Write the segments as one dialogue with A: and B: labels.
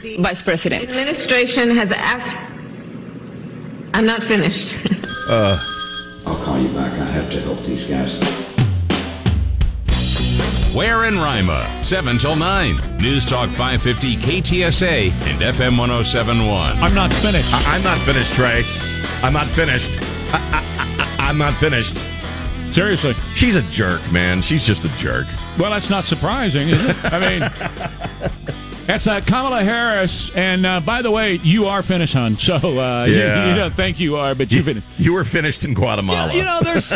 A: Vice President.
B: Administration has asked, I'm not finished.
C: I'll call you back. I have to help these guys.
D: Where in Rima, 7 till 9. News Talk 550 KTSA and FM 1071.
E: I'm not finished.
F: I- I'm not finished, Trey. I'm not finished. I- I- I- I'm not finished.
E: Seriously.
F: She's a jerk, man. She's just a jerk.
E: Well, that's not surprising, is it? I mean, that's uh, Kamala Harris. And uh, by the way, you are finished, hon. So uh, you-
F: Yeah.
E: you, don't think you are, but you
F: You,
E: finished.
F: you were finished in Guatemala.
E: You know, there's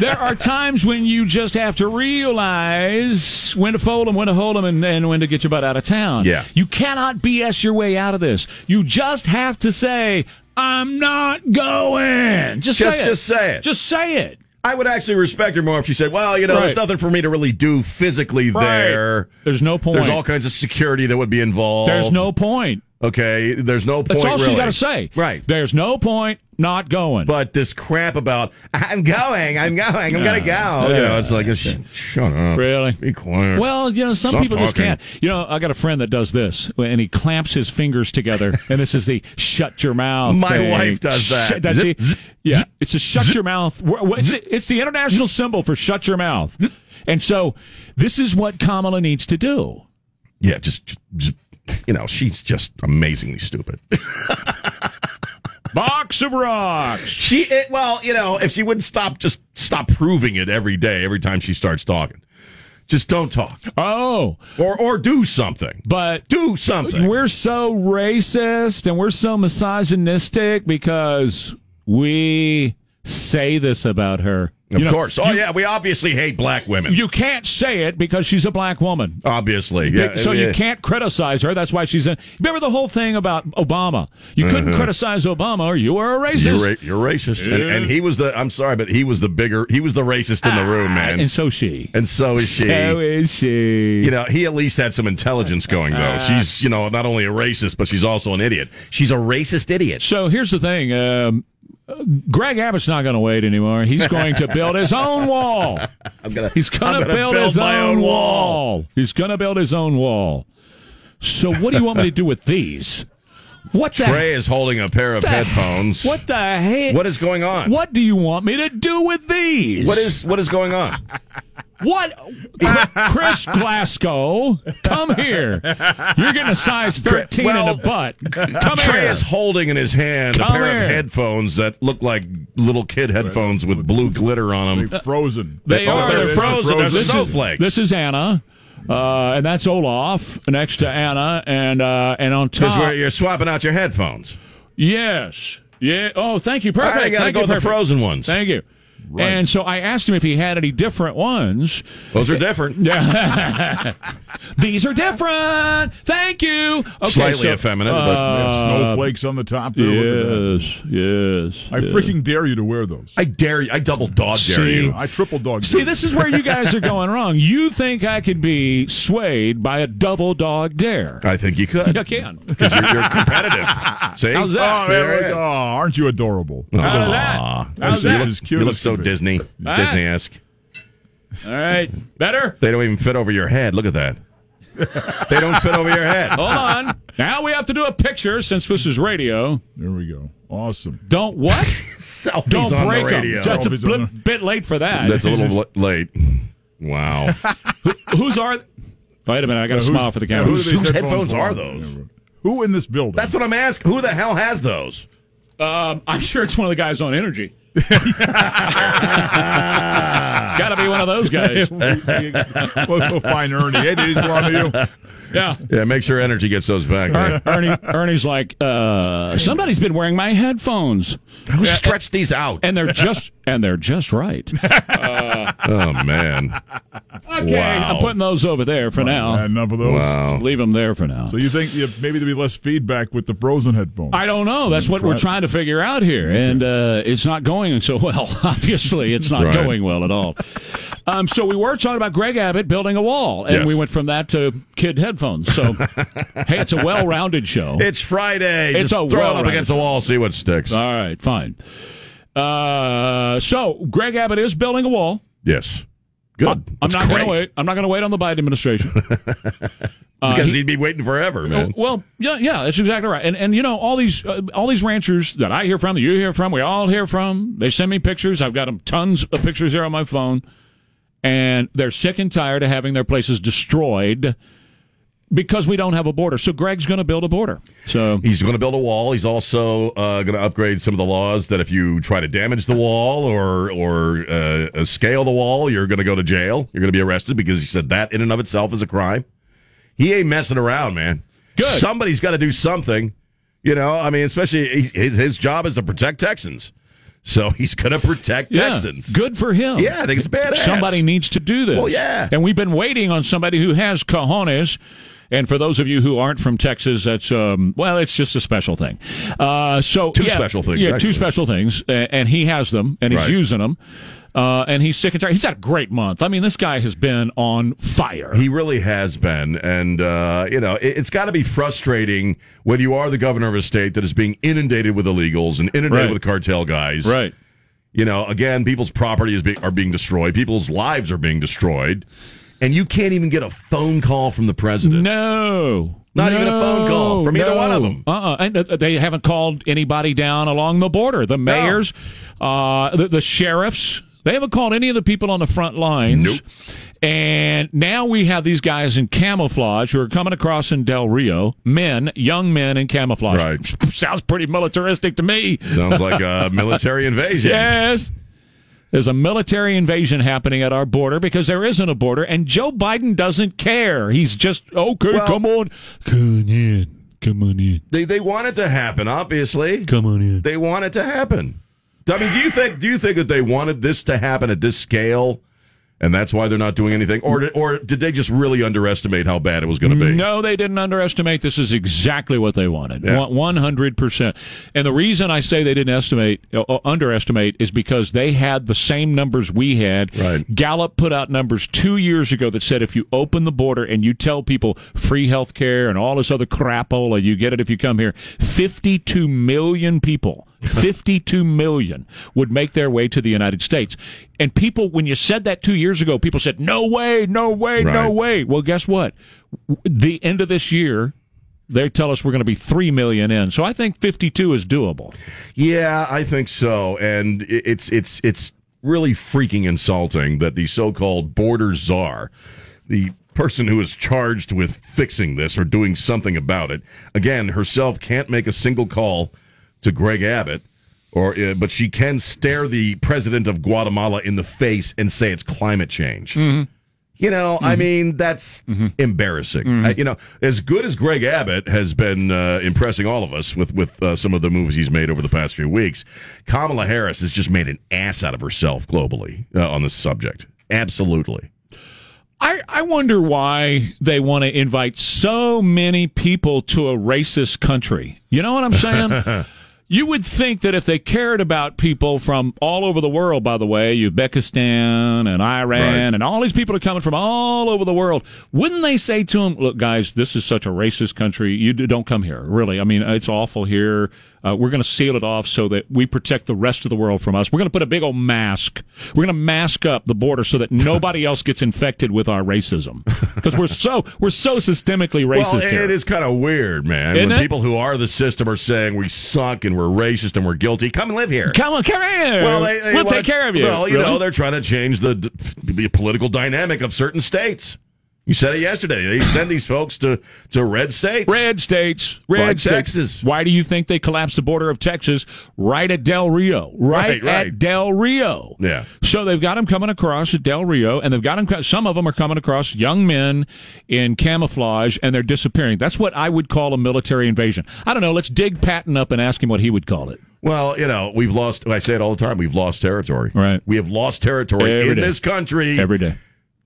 E: there are times when you just have to realize when to fold 'em, when to hold 'em, and, and when to get your butt out of town.
F: Yeah.
E: you cannot BS your way out of this. You just have to say, "I'm not going." Just,
F: Just-
E: say it.
F: just say it.
E: Just say it.
F: I would actually respect her more if she said, well, you know, there's
E: Right.
F: nothing for me to really do physically
E: Right.
F: there.
E: There's no point.
F: There's all kinds of security that would be involved.
E: There's no point.
F: Okay, there's no point.
E: That's all
F: really.
E: she got to say.
F: Right.
E: There's no point not going.
F: But this crap about I'm going, I'm going, I'm gonna go. You know, it's like sh- shut up.
E: Really?
F: Be quiet.
E: well, you know, some
F: Stop
E: people just
F: talking.
E: can't. You know, I got a friend that does this, and he clamps his fingers together, and this is the shut your mouth.
F: My
E: thing.
F: wife does that.
E: Shut- that's
F: Zip,
E: it.
F: zip,
E: yeah,
F: zip,
E: it's a shut your mouth. wh- wh- It's, it's the international symbol for shut your mouth. And so, this is what Kamala needs to do.
F: yeah, just, just- just you know, she's just amazingly stupid.
E: Box of rocks.
F: She it, well, you know, if she wouldn't stop, just stop proving it every day, every time she starts talking. Just don't talk,
E: Oh,
F: or or do something.
E: but
F: Do something.
E: We're so racist and we're so misogynistic because we say this about her.
F: of
E: You know,
F: course. Oh yeah, we obviously hate black women.
E: You can't say it because she's a black woman.
F: obviously, yeah.
E: so
F: yeah.
E: you can't criticize her. That's why she's in. Remember the whole thing about Obama. You couldn't criticize Obama or you were a
F: Mm-hmm. You're,
E: racist.
F: ra- you're racist, and, and he was the. I'm sorry, but he was the bigger. He was the racist in the room, man.
E: Ah, And so she.
F: And so is she.
E: So is she.
F: you know, he at least had some intelligence going though.
E: Uh-huh.
F: She's, you know, not only a racist, but she's also an idiot. She's a racist idiot.
E: So here's the thing. Um, Greg Abbott's not going to wait anymore. He's going to build his own wall.
F: I'm gonna.
E: He's
F: I'm
E: gonna,
F: gonna
E: build, his
F: my
E: own wall. He's gonna build his own wall. So what do you want me to do with these? What the
F: Trey is holding a pair of
E: the-
F: headphones.
E: What the heck?
F: What is going on?
E: What do you want me to do with these?
F: What is what is going on?
E: what? Cri- Chris Glasgow, come here. You're getting a size 13
F: well,
E: in the butt. Come
F: Trey
E: here.
F: is holding in his hand
E: Come
F: a pair
E: here.
F: of headphones that look like little kid headphones with blue glitter on them.
G: frozen.
E: They
F: Oh,
E: are
F: they're frozen. They're
E: This is-
F: snowflakes.
E: This is Anna, uh, and that's Olaf next to Anna, and uh, and on
F: Because where
E: top.
F: you're swapping out your headphones.
E: Yes. Yeah. Oh, thank you.
F: I
E: Perfect.
F: gotta go
E: thank you.
F: with the
E: perfect.
F: frozen ones.
E: Thank you. And so I asked him if he had any different ones.
F: Those are different.
E: These are different. Thank you. Okay,
F: Slightly
E: so- uh,
F: effeminate.
G: Man, snowflakes on the top. There, look at that.
E: Yes. Yes.
G: I freaking dare you to wear those.
F: but I dare you. I double dog dare
E: See,
F: you.
G: I triple dog. dare
E: See,
G: you.
E: this is where you guys are going wrong. You think I could be swayed by a double dog dare?
F: I think you could.
E: I can.
F: because you're, you're competitive. See?
E: How's that?
G: Oh, there we go. Aren't you adorable? Ah,
E: Out of that.
F: Aw.
E: How's
F: You
E: that?
F: look-
G: This is cute.
F: You look so Disney,
E: Ah.
F: Disney-esque.
E: All right. Better.
F: They don't even fit over your head. Look at that. they don't fit over your head.
E: Hold on. Now we have to do a picture since this is radio.
G: There we go. Awesome.
E: Don't what?
F: Selfies
E: Don't
F: on
E: break
F: the
E: 'em.
F: radio.
E: That's a
G: Selfies on
E: bl- bit late for that.
F: That's a little l- late. Wow.
E: Whose are? Wait a minute, I got to
G: Who's-
E: smile for the
G: yeah,
E: camera.
G: who do
F: Whose-
G: these
F: whose headphones
G: belong
F: are
G: to?
F: those?
G: Who in this building?
F: That's what I'm asking. Who the hell has those?
E: um, I'm sure it's one of the guys on Energy. got to be one of those guys.
G: we'll, we'll find Ernie. Hey, these belong to you.
E: Yeah.
F: Yeah, make sure Energy gets those back.
E: Er- Ernie, Ernie's like, uh, somebody's been wearing my headphones,
F: Who stretched these out?
E: and they're just, and they're just right.
F: Oh, man.
E: Okay,
F: Wow.
E: I'm putting those over there for
G: Yeah,
E: now.
G: enough of those.
F: Wow.
E: Leave them there for now.
G: So you think you, maybe there'll be less feedback with the frozen headphones?
E: I don't know. That's what we're trying to figure out here, and uh, it's not going so well. Obviously, it's not
F: Right.
E: going well at all. Um, so we were talking about Greg Abbott building a wall, and
F: Yes.
E: we went from that to kid headphones. So hey, it's a well-rounded show.
F: It's Friday.
E: It's
F: Just
E: a
F: throw it
E: well
F: up
E: right.
F: against the wall, see what sticks.
E: all right, fine. Uh, so Greg Abbott is building a wall.
F: yes. Good.
E: I'm
F: That's
E: not going to
F: great.
E: wait. I'm not going to wait on the Biden administration. Uh,
F: because
E: he-
F: he'd be waiting forever, man.
E: Oh, Well, yeah, yeah, that's exactly right. And and you know all these uh, all these ranchers that I hear from, that you hear from, we all hear from. They send me pictures. I've got 'em tons of pictures here on my phone, and they're sick and tired of having their places destroyed because we don't have a border. So Greg's going to build a border. So
F: He's going to build a wall. He's also uh, going to upgrade some of the laws that if you try to damage the wall or or uh, uh, scale the wall, you're going to go to jail. You're going to be arrested because he said that in and of itself is a crime. He ain't messing around, man.
E: Good.
F: Somebody's got to do something. You know, I mean, especially he- his, his job is to protect Texans, so he's going to protect
E: yeah,
F: Texans.
E: good for him.
F: Yeah, I think it's badass.
E: Somebody needs to do this.
F: Well, yeah.
E: And we've been waiting on somebody who has cojones. And for those of you who aren't from Texas, that's um, well, it's just a special thing. Uh, so
F: Two
E: yeah,
F: special things,
E: Yeah,
F: actually.
E: two special things, a- and he has them, and he's
F: Right.
E: using them, uh, and he's sick and tired. He's had a great month. I mean, this guy has been on fire.
F: He really has been. And, uh, you know, it, it's got to be frustrating when you are the governor of a state that is being inundated with illegals and inundated
E: Right.
F: with cartel guys.
E: right.
F: You know, again, people's property is be- are being destroyed, people's lives are being destroyed. And you can't even get a phone call from the president.
E: No.
F: Not even a phone call
E: No,
F: from either
E: no.
F: one of them.
E: Uh-uh. And uh, they haven't called anybody down along the border. The mayors, uh, the, the sheriffs. They haven't called any of the people on the front lines.
F: Nope.
E: And now we have these guys in camouflage who are coming across in Del Rio. Men, young men in camouflage.
F: Right.
E: Sounds pretty militaristic to me.
F: Sounds like a military invasion.
E: Yes. There's a military invasion happening at our border because there isn't a border, and Joe Biden doesn't care. He's just, okay,
F: Well-
E: come on. Come in. Come on in.
F: They, they want it to happen, obviously.
E: Come on in.
F: They want it to happen. I mean, do you think do you think that they wanted this to happen at this scale, and that's why they're not doing anything, or did, or did they just really underestimate how bad it was going to be?
E: No, they didn't underestimate. This is exactly what they wanted.
F: Yeah.
E: One hundred percent. And the reason I say they didn't estimate, uh, uh, underestimate, is because they had the same numbers we had.
F: Right.
E: Gallup put out numbers two years ago that said if you open the border and you tell people free health care and all this other crapola, you get it if you come here. Fifty-two million people. 52 million would make their way to the United States. And people, when you said that two years ago, people said, no way, no way,
F: Right.
E: no way. Well, guess what? the end of this year, they tell us we're going to be 3 million in. So I think 52 is doable.
F: Yeah, I think so, and i- it's it's it's really freaking insulting that the so-called border czar, the person who is charged with fixing this or doing something about it, again herself can't make a single call to Greg Abbott. Or, uh, but she can stare the president of Guatemala in the face and say it's climate change. You know, I mean, that's embarrassing. I- you know, as good as Greg Abbott has been uh, impressing all of us with with uh, some of the movies he's made over the past few weeks, Kamala Harris has just made an ass out of herself globally uh, on this subject. Absolutely.
E: I, I wonder why they want to invite so many people to a racist country. You know what I'm saying? you would think that if they cared about people from all over the world, by the way, Uzbekistan and Iran
F: Right.
E: and all these people are coming from all over the world, wouldn't they say to them, look, guys, this is such a racist country. You d- don't come here, really. I mean, it's awful here. Uh, we're going to seal it off so that we protect the rest of the world from us. We're going to put a big old mask. We're going to mask up the border so that nobody else gets infected with our racism because we're so we're so systemically racist
F: Well,
E: here.
F: it is kind of weird, man.
E: Isn't
F: when
E: it?
F: people who are the system are saying we suck and we're racist and we're guilty, come and live here.
E: Come on, come here.
F: Well, they, they
E: we'll
F: want-
E: take care of you.
F: Well, you
E: Really?
F: know, they're trying to change the d- the political dynamic of certain states. You said it yesterday. They send these folks to, to red states.
E: Red states, red
F: Like
E: states.
F: Texas.
E: Why do you think they collapsed the border of Texas right at Del Rio?
F: Right,
E: Right,
F: right.
E: at Del Rio.
F: Yeah.
E: So they've got them coming across at Del Rio, and they've got them. Some of them are coming across young men in camouflage, and they're disappearing. That's what I would call a military invasion. I don't know. Let's dig Patton up and ask him what he would call it.
F: Well, you know, we've lost. I say it all the time. We've lost territory.
E: Right.
F: We have lost territory
E: Every
F: in
E: day.
F: this country
E: Every day.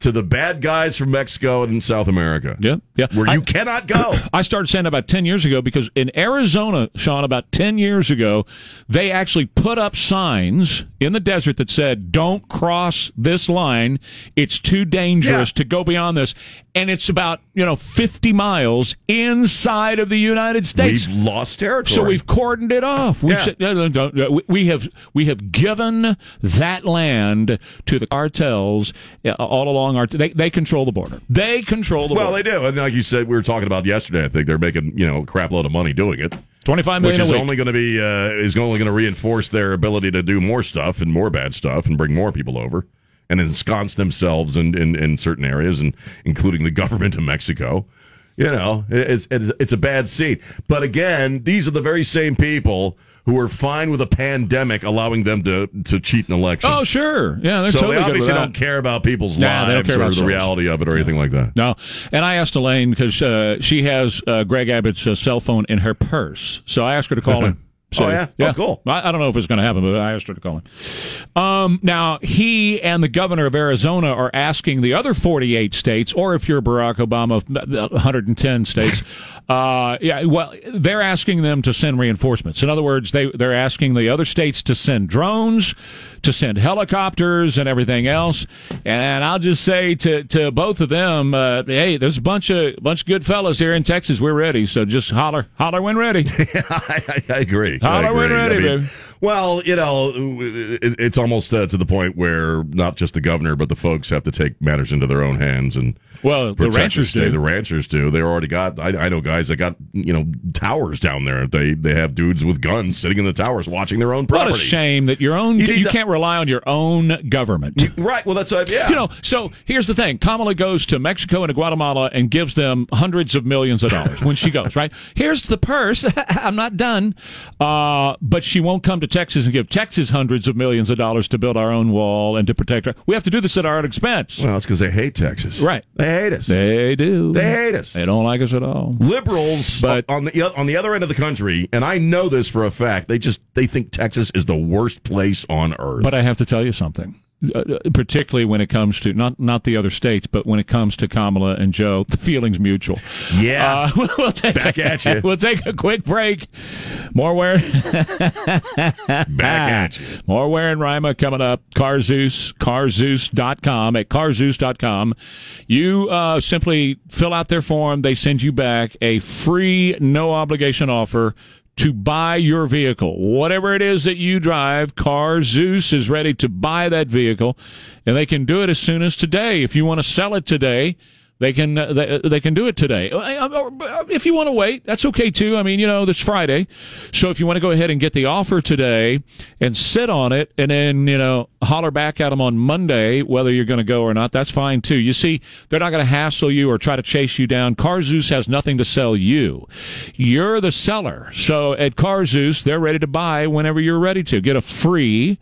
F: to the bad guys from Mexico and South America.
E: Yeah, yeah.
F: Where
E: I-
F: you cannot go.
E: I started saying about 10 years ago because in Arizona, Sean, about 10 years ago, they actually put up signs in the desert that said, don't cross this line. It's too dangerous
F: Yeah.
E: to go beyond this. and it's about you know 50 miles inside of the United States.
F: We've lost territory.
E: So we've cordoned it off. We've
F: Yeah.
E: said, no, no, don't- no, we- we have we have given that land to the cartels uh, all along our. They, they control the border. They control the
F: well,
E: border.
F: they do, and like you said, we were talking about yesterday. I think they're making you know a crap load of money doing it,
E: Twenty five
F: which
E: million
F: is
E: a week.
F: only going to be uh, is only going to reinforce their ability to do more stuff and more bad stuff and bring more people over and ensconce themselves in in, in certain areas and including the government of Mexico. You know, it's, it's it's a bad scene. But again, these are the very same people who are fine with a pandemic allowing them to to cheat an election.
E: oh sure, yeah, they're
F: so
E: totally
F: they
E: good with
F: obviously
E: that.
F: don't care about people's
E: Nah, they don't
F: lives
E: care
F: or
E: about
F: the
E: souls.
F: reality of it or anything like that.
E: No, and I asked Elaine because uh, she has uh, Greg Abbott's uh, cell phone in her purse, so I asked her to call him. So,
F: Oh, yeah? Oh, cool.
E: I, I don't know if it's going to happen, but I asked her to call him. Um, now he and the governor of Arizona are asking the other forty-eight states, or if you're Barack Obama, one hundred and ten states. Uh, yeah, well, they're asking them to send reinforcements. In other words, they they're asking the other states to send drones, to send helicopters, and everything else. And I'll just say to to both of them, uh, hey, there's a bunch of bunch of good fellas here in Texas. We're ready, so just holler holler when ready.
F: I, I- I agree.
E: Holla
F: I agree.
E: when ready, baby.
F: Well, you know, it, it's almost uh, to the point where not just the governor, but the folks have to take matters into their own hands and.
E: Well, the
F: protect
E: ranchers
F: state.
E: do.
F: The ranchers do. They already got. I, I know guys that got you know towers down there. They they have dudes with guns sitting in the towers watching their own property.
E: What a shame that your own you,
F: need to-
E: can't rely on your own government. You,
F: Right. Well, that's uh, yeah.
E: know, so here's the thing: Kamala goes to Mexico and to Guatemala and gives them hundreds of millions of dollars when she goes. Right? Here's the purse. I'm not done, uh, but she won't come to Texas and give Texas hundreds of millions of dollars to build our own wall and to protect her. We have to do this at our own expense.
F: well, it's because they hate Texas.
E: Right.
F: They hate us.
E: They do.
F: They hate us.
E: They don't like us at all.
F: liberals
E: But-
F: on the on the other end of the country and i know this for a fact they just they think texas is the worst place on earth
E: But I have to tell you something, uh, particularly when it comes to not not the other states, but when it comes to Kamala and Joe, the feeling's mutual.
F: Yeah.
E: uh, we'll take
F: Back at you.
E: We'll take a quick break. More wear,
F: back at you
E: more wear and Rima coming up. Carzeus, carzeus.com at carzeus.com. You uh, simply fill out their form. They send you back a free, no obligation offer. To buy your vehicle, whatever it is that you drive, Car Zeus is ready to buy that vehicle, and they can do it as soon as today. If you want to sell it today, they can uh, they, uh, they can do it today. Uh, uh, uh, If you want to wait, that's okay too. I mean, you know, it's Friday, so if you want to go ahead and get the offer today and sit on it, and then you know holler back at them on Monday whether you're going to go or not, that's fine too. You see, they're not going to hassle you or try to chase you down. CarZeus has nothing to sell you. You're the seller, so at CarZeus they're ready to buy whenever you're ready to get a free.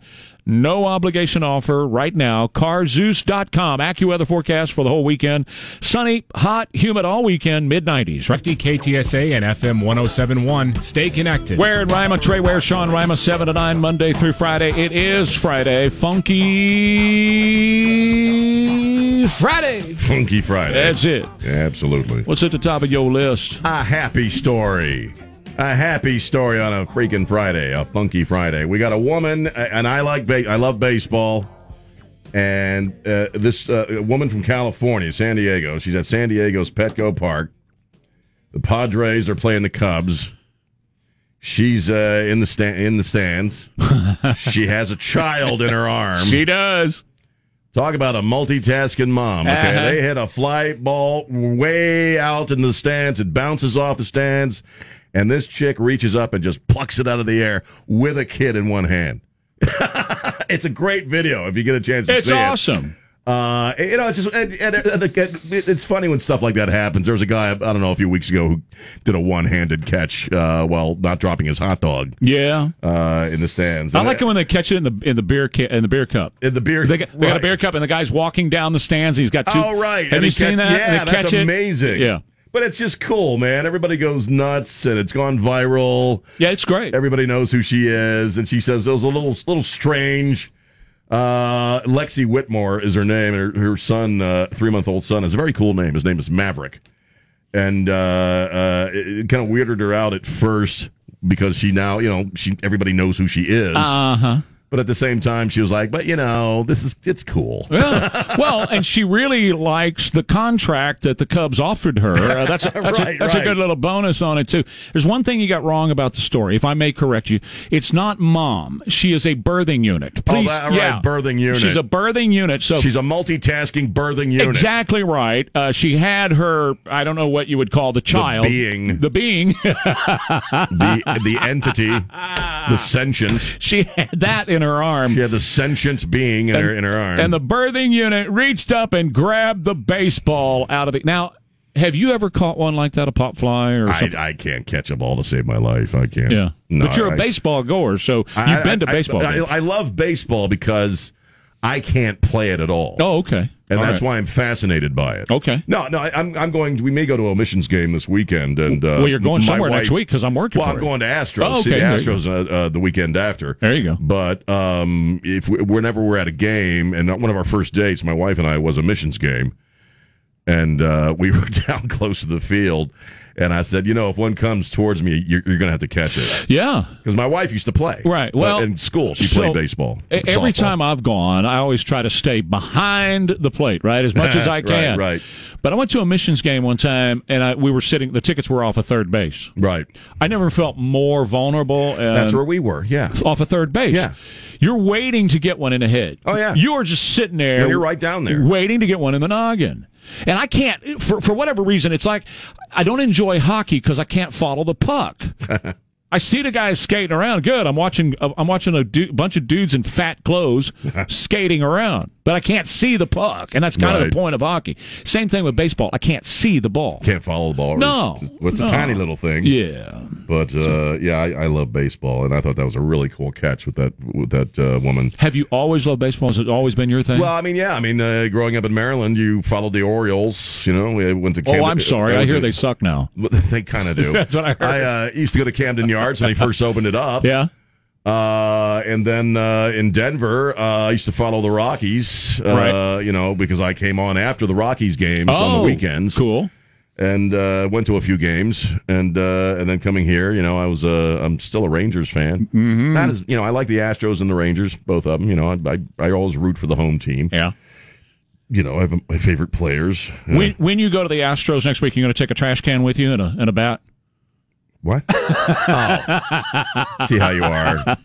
E: No obligation offer right now. CarZeus.com. AccuWeather forecast for the whole weekend. Sunny, hot, humid all weekend, mid 90s. Right?
A: KTSA and FM 1071. Stay connected.
E: Ware and Rima, Trey Ware, Sean Rima, 7 to 9, Monday through Friday. It is Friday. Funky Friday.
F: funky friday
E: That's it.
F: absolutely
E: What's at the top of your list?
F: a happy story a happy story on a freaking friday a funky friday we got a woman a- and i like ba- i love baseball and uh, this uh, woman from california san diego she's at san diego's petco park the padres are playing the cubs she's uh, in the sta- in the stands she has a child in her arm
E: She does.
F: Talk about a multitasking mom. Okay,
E: Uh-huh.
F: they hit a fly ball way out into the stands. It bounces off the stands, and this chick reaches up and just plucks it out of the air with a kid in one hand. it's a great video if you get a chance to
E: It's
F: see it.
E: awesome.
F: Uh, you know, it's just and, and, and, and it's funny when stuff like that happens. There was a guy I don't know a few weeks ago who did a one-handed catch uh, while not dropping his hot dog
E: Yeah.
F: uh, in the stands.
E: I like it when they catch it in the in the beer ca- in the beer cup.
F: In the beer-
E: they, got, they got a
F: right.
E: beer cup, and the guy's walking down the stands. And he's got two.
F: Oh, right.
E: Have you
F: he
E: seen
F: catch-
E: that?
F: Yeah,
E: And they
F: that's
E: catch it.
F: amazing.
E: Yeah,
F: But it's just cool, man. Everybody goes nuts, and it's gone viral.
E: yeah, it's great.
F: Everybody knows who she is, and she says it was a little, little strange. Uh, Lexi Whitmore is her name, and her, her son, uh, three month old son, is a very cool name. His name is Maverick, and uh, uh, it, kind of weirded her out at first because she now, you know, she everybody knows who she is.
E: Uh huh.
F: But at the same time, she was like, "But you know, this is it's cool."
E: Yeah. Well, and she really likes the contract that the Cubs offered her. Uh, that's a, that's, a,
F: Right,
E: that's a
F: right.
E: good little bonus on it too. There's one thing you got wrong about the story, if I may correct you. It's not mom. She is a birthing unit. Please,
F: Oh, that- all right,
E: yeah,
F: birthing unit.
E: She's a birthing unit. So
F: She's a multitasking birthing unit.
E: Exactly right. Uh, she had her, I don't know what you would call the child.
F: being.
E: The being.
F: The the entity, the sentient.
E: she had that in her arm.
F: She had the sentient being in her in her arm.
E: And the birthing unit reached up and grabbed the baseball out of the. Now, have you ever caught one like that, a pop fly or
F: I,
E: something?
F: I can't catch a ball to save my life. I can't.
E: yeah.
F: No,
E: but you're a
F: I-
E: baseball goer, so you've
F: I-
E: been to
F: I-
E: baseball.
F: I,
E: games.
F: I love baseball because I can't play it at all.
E: oh, okay.
F: And
E: All
F: that's
E: right.
F: why I'm fascinated by it.
E: Okay.
F: No, no, I, I'm I'm going. We may go to a missions game this weekend, and uh,
E: Well, you're going
F: my
E: somewhere next
F: wife-
E: week because I'm working
F: Well,
E: for
F: I'm
E: you.
F: going to Astros.
E: Oh,
F: see the
E: okay, there you go.
F: Astros uh, uh, the weekend after.
E: There you go.
F: But um, if we, whenever we're at a game, and one of our first dates, my wife and I was a missions game, and uh, we were down close to the field, and I said, you know, if one comes towards me, you're, you're going to have to catch it
E: Yeah.
F: because my wife used to play
E: Right,
F: Uh,
E: well,
F: in school she
E: so-
F: played baseball.
E: E- Every
F: softball.
E: time I've gone, I always try to stay behind the plate, right, as much as I
F: Right,
E: can.
F: right.
E: But I went to a missions game one time, and I, we were sitting. The tickets were off a third base.
F: right,
E: I never felt more vulnerable. And
F: that's where we were. Yeah,
E: off a third base.
F: Yeah.
E: You're waiting to get one in the head.
F: Oh, yeah.
E: You are just sitting there.
F: Yeah, you're right down there.
E: Waiting to get one in the noggin. And I can't, for, for whatever reason, it's like I don't enjoy hockey because I can't follow the puck. I see the guys skating around. Good. I'm watching. uh, I'm watching a du- bunch of dudes in fat clothes skating around, but I can't see the puck, and that's kind of
F: Right.
E: the point of hockey. Same thing with baseball. I can't see the ball.
F: can't follow the ball.
E: No,
F: It's- it's a
E: no.
F: tiny little thing.
E: Yeah.
F: But uh, yeah, I, I love baseball, and I thought that was a really cool catch with that with that uh, woman.
E: Have you always loved baseball? Has it always been your thing?
F: Well, I mean, yeah, I mean, uh, growing up in Maryland, you followed the Orioles. You know, we went to.
E: oh,
F: Camden-
E: I'm sorry. I hear they
F: went
E: suck now.
F: to- They kind of do.
E: That's what I heard.
F: I uh, used to go to Camden Yards when they first opened it up.
E: Yeah.
F: Uh, and then uh, in Denver, uh, I used to follow the Rockies. Uh,
E: Right.
F: You know, because I came on after the Rockies games on the weekends.
E: Oh, Cool.
F: and uh, went to a few games, and uh, and then coming here, you know, I was uh, I'm still a Rangers fan. Mm-hmm. Not as you know, I like the Astros and the Rangers, both of them. You know, I I, I always root for the home team.
E: Yeah.
F: You know, I have my favorite players. Uh,
E: When when you go to the Astros next week, you're going to take a trash can with you and a and a bat.
F: what? oh. See how you are.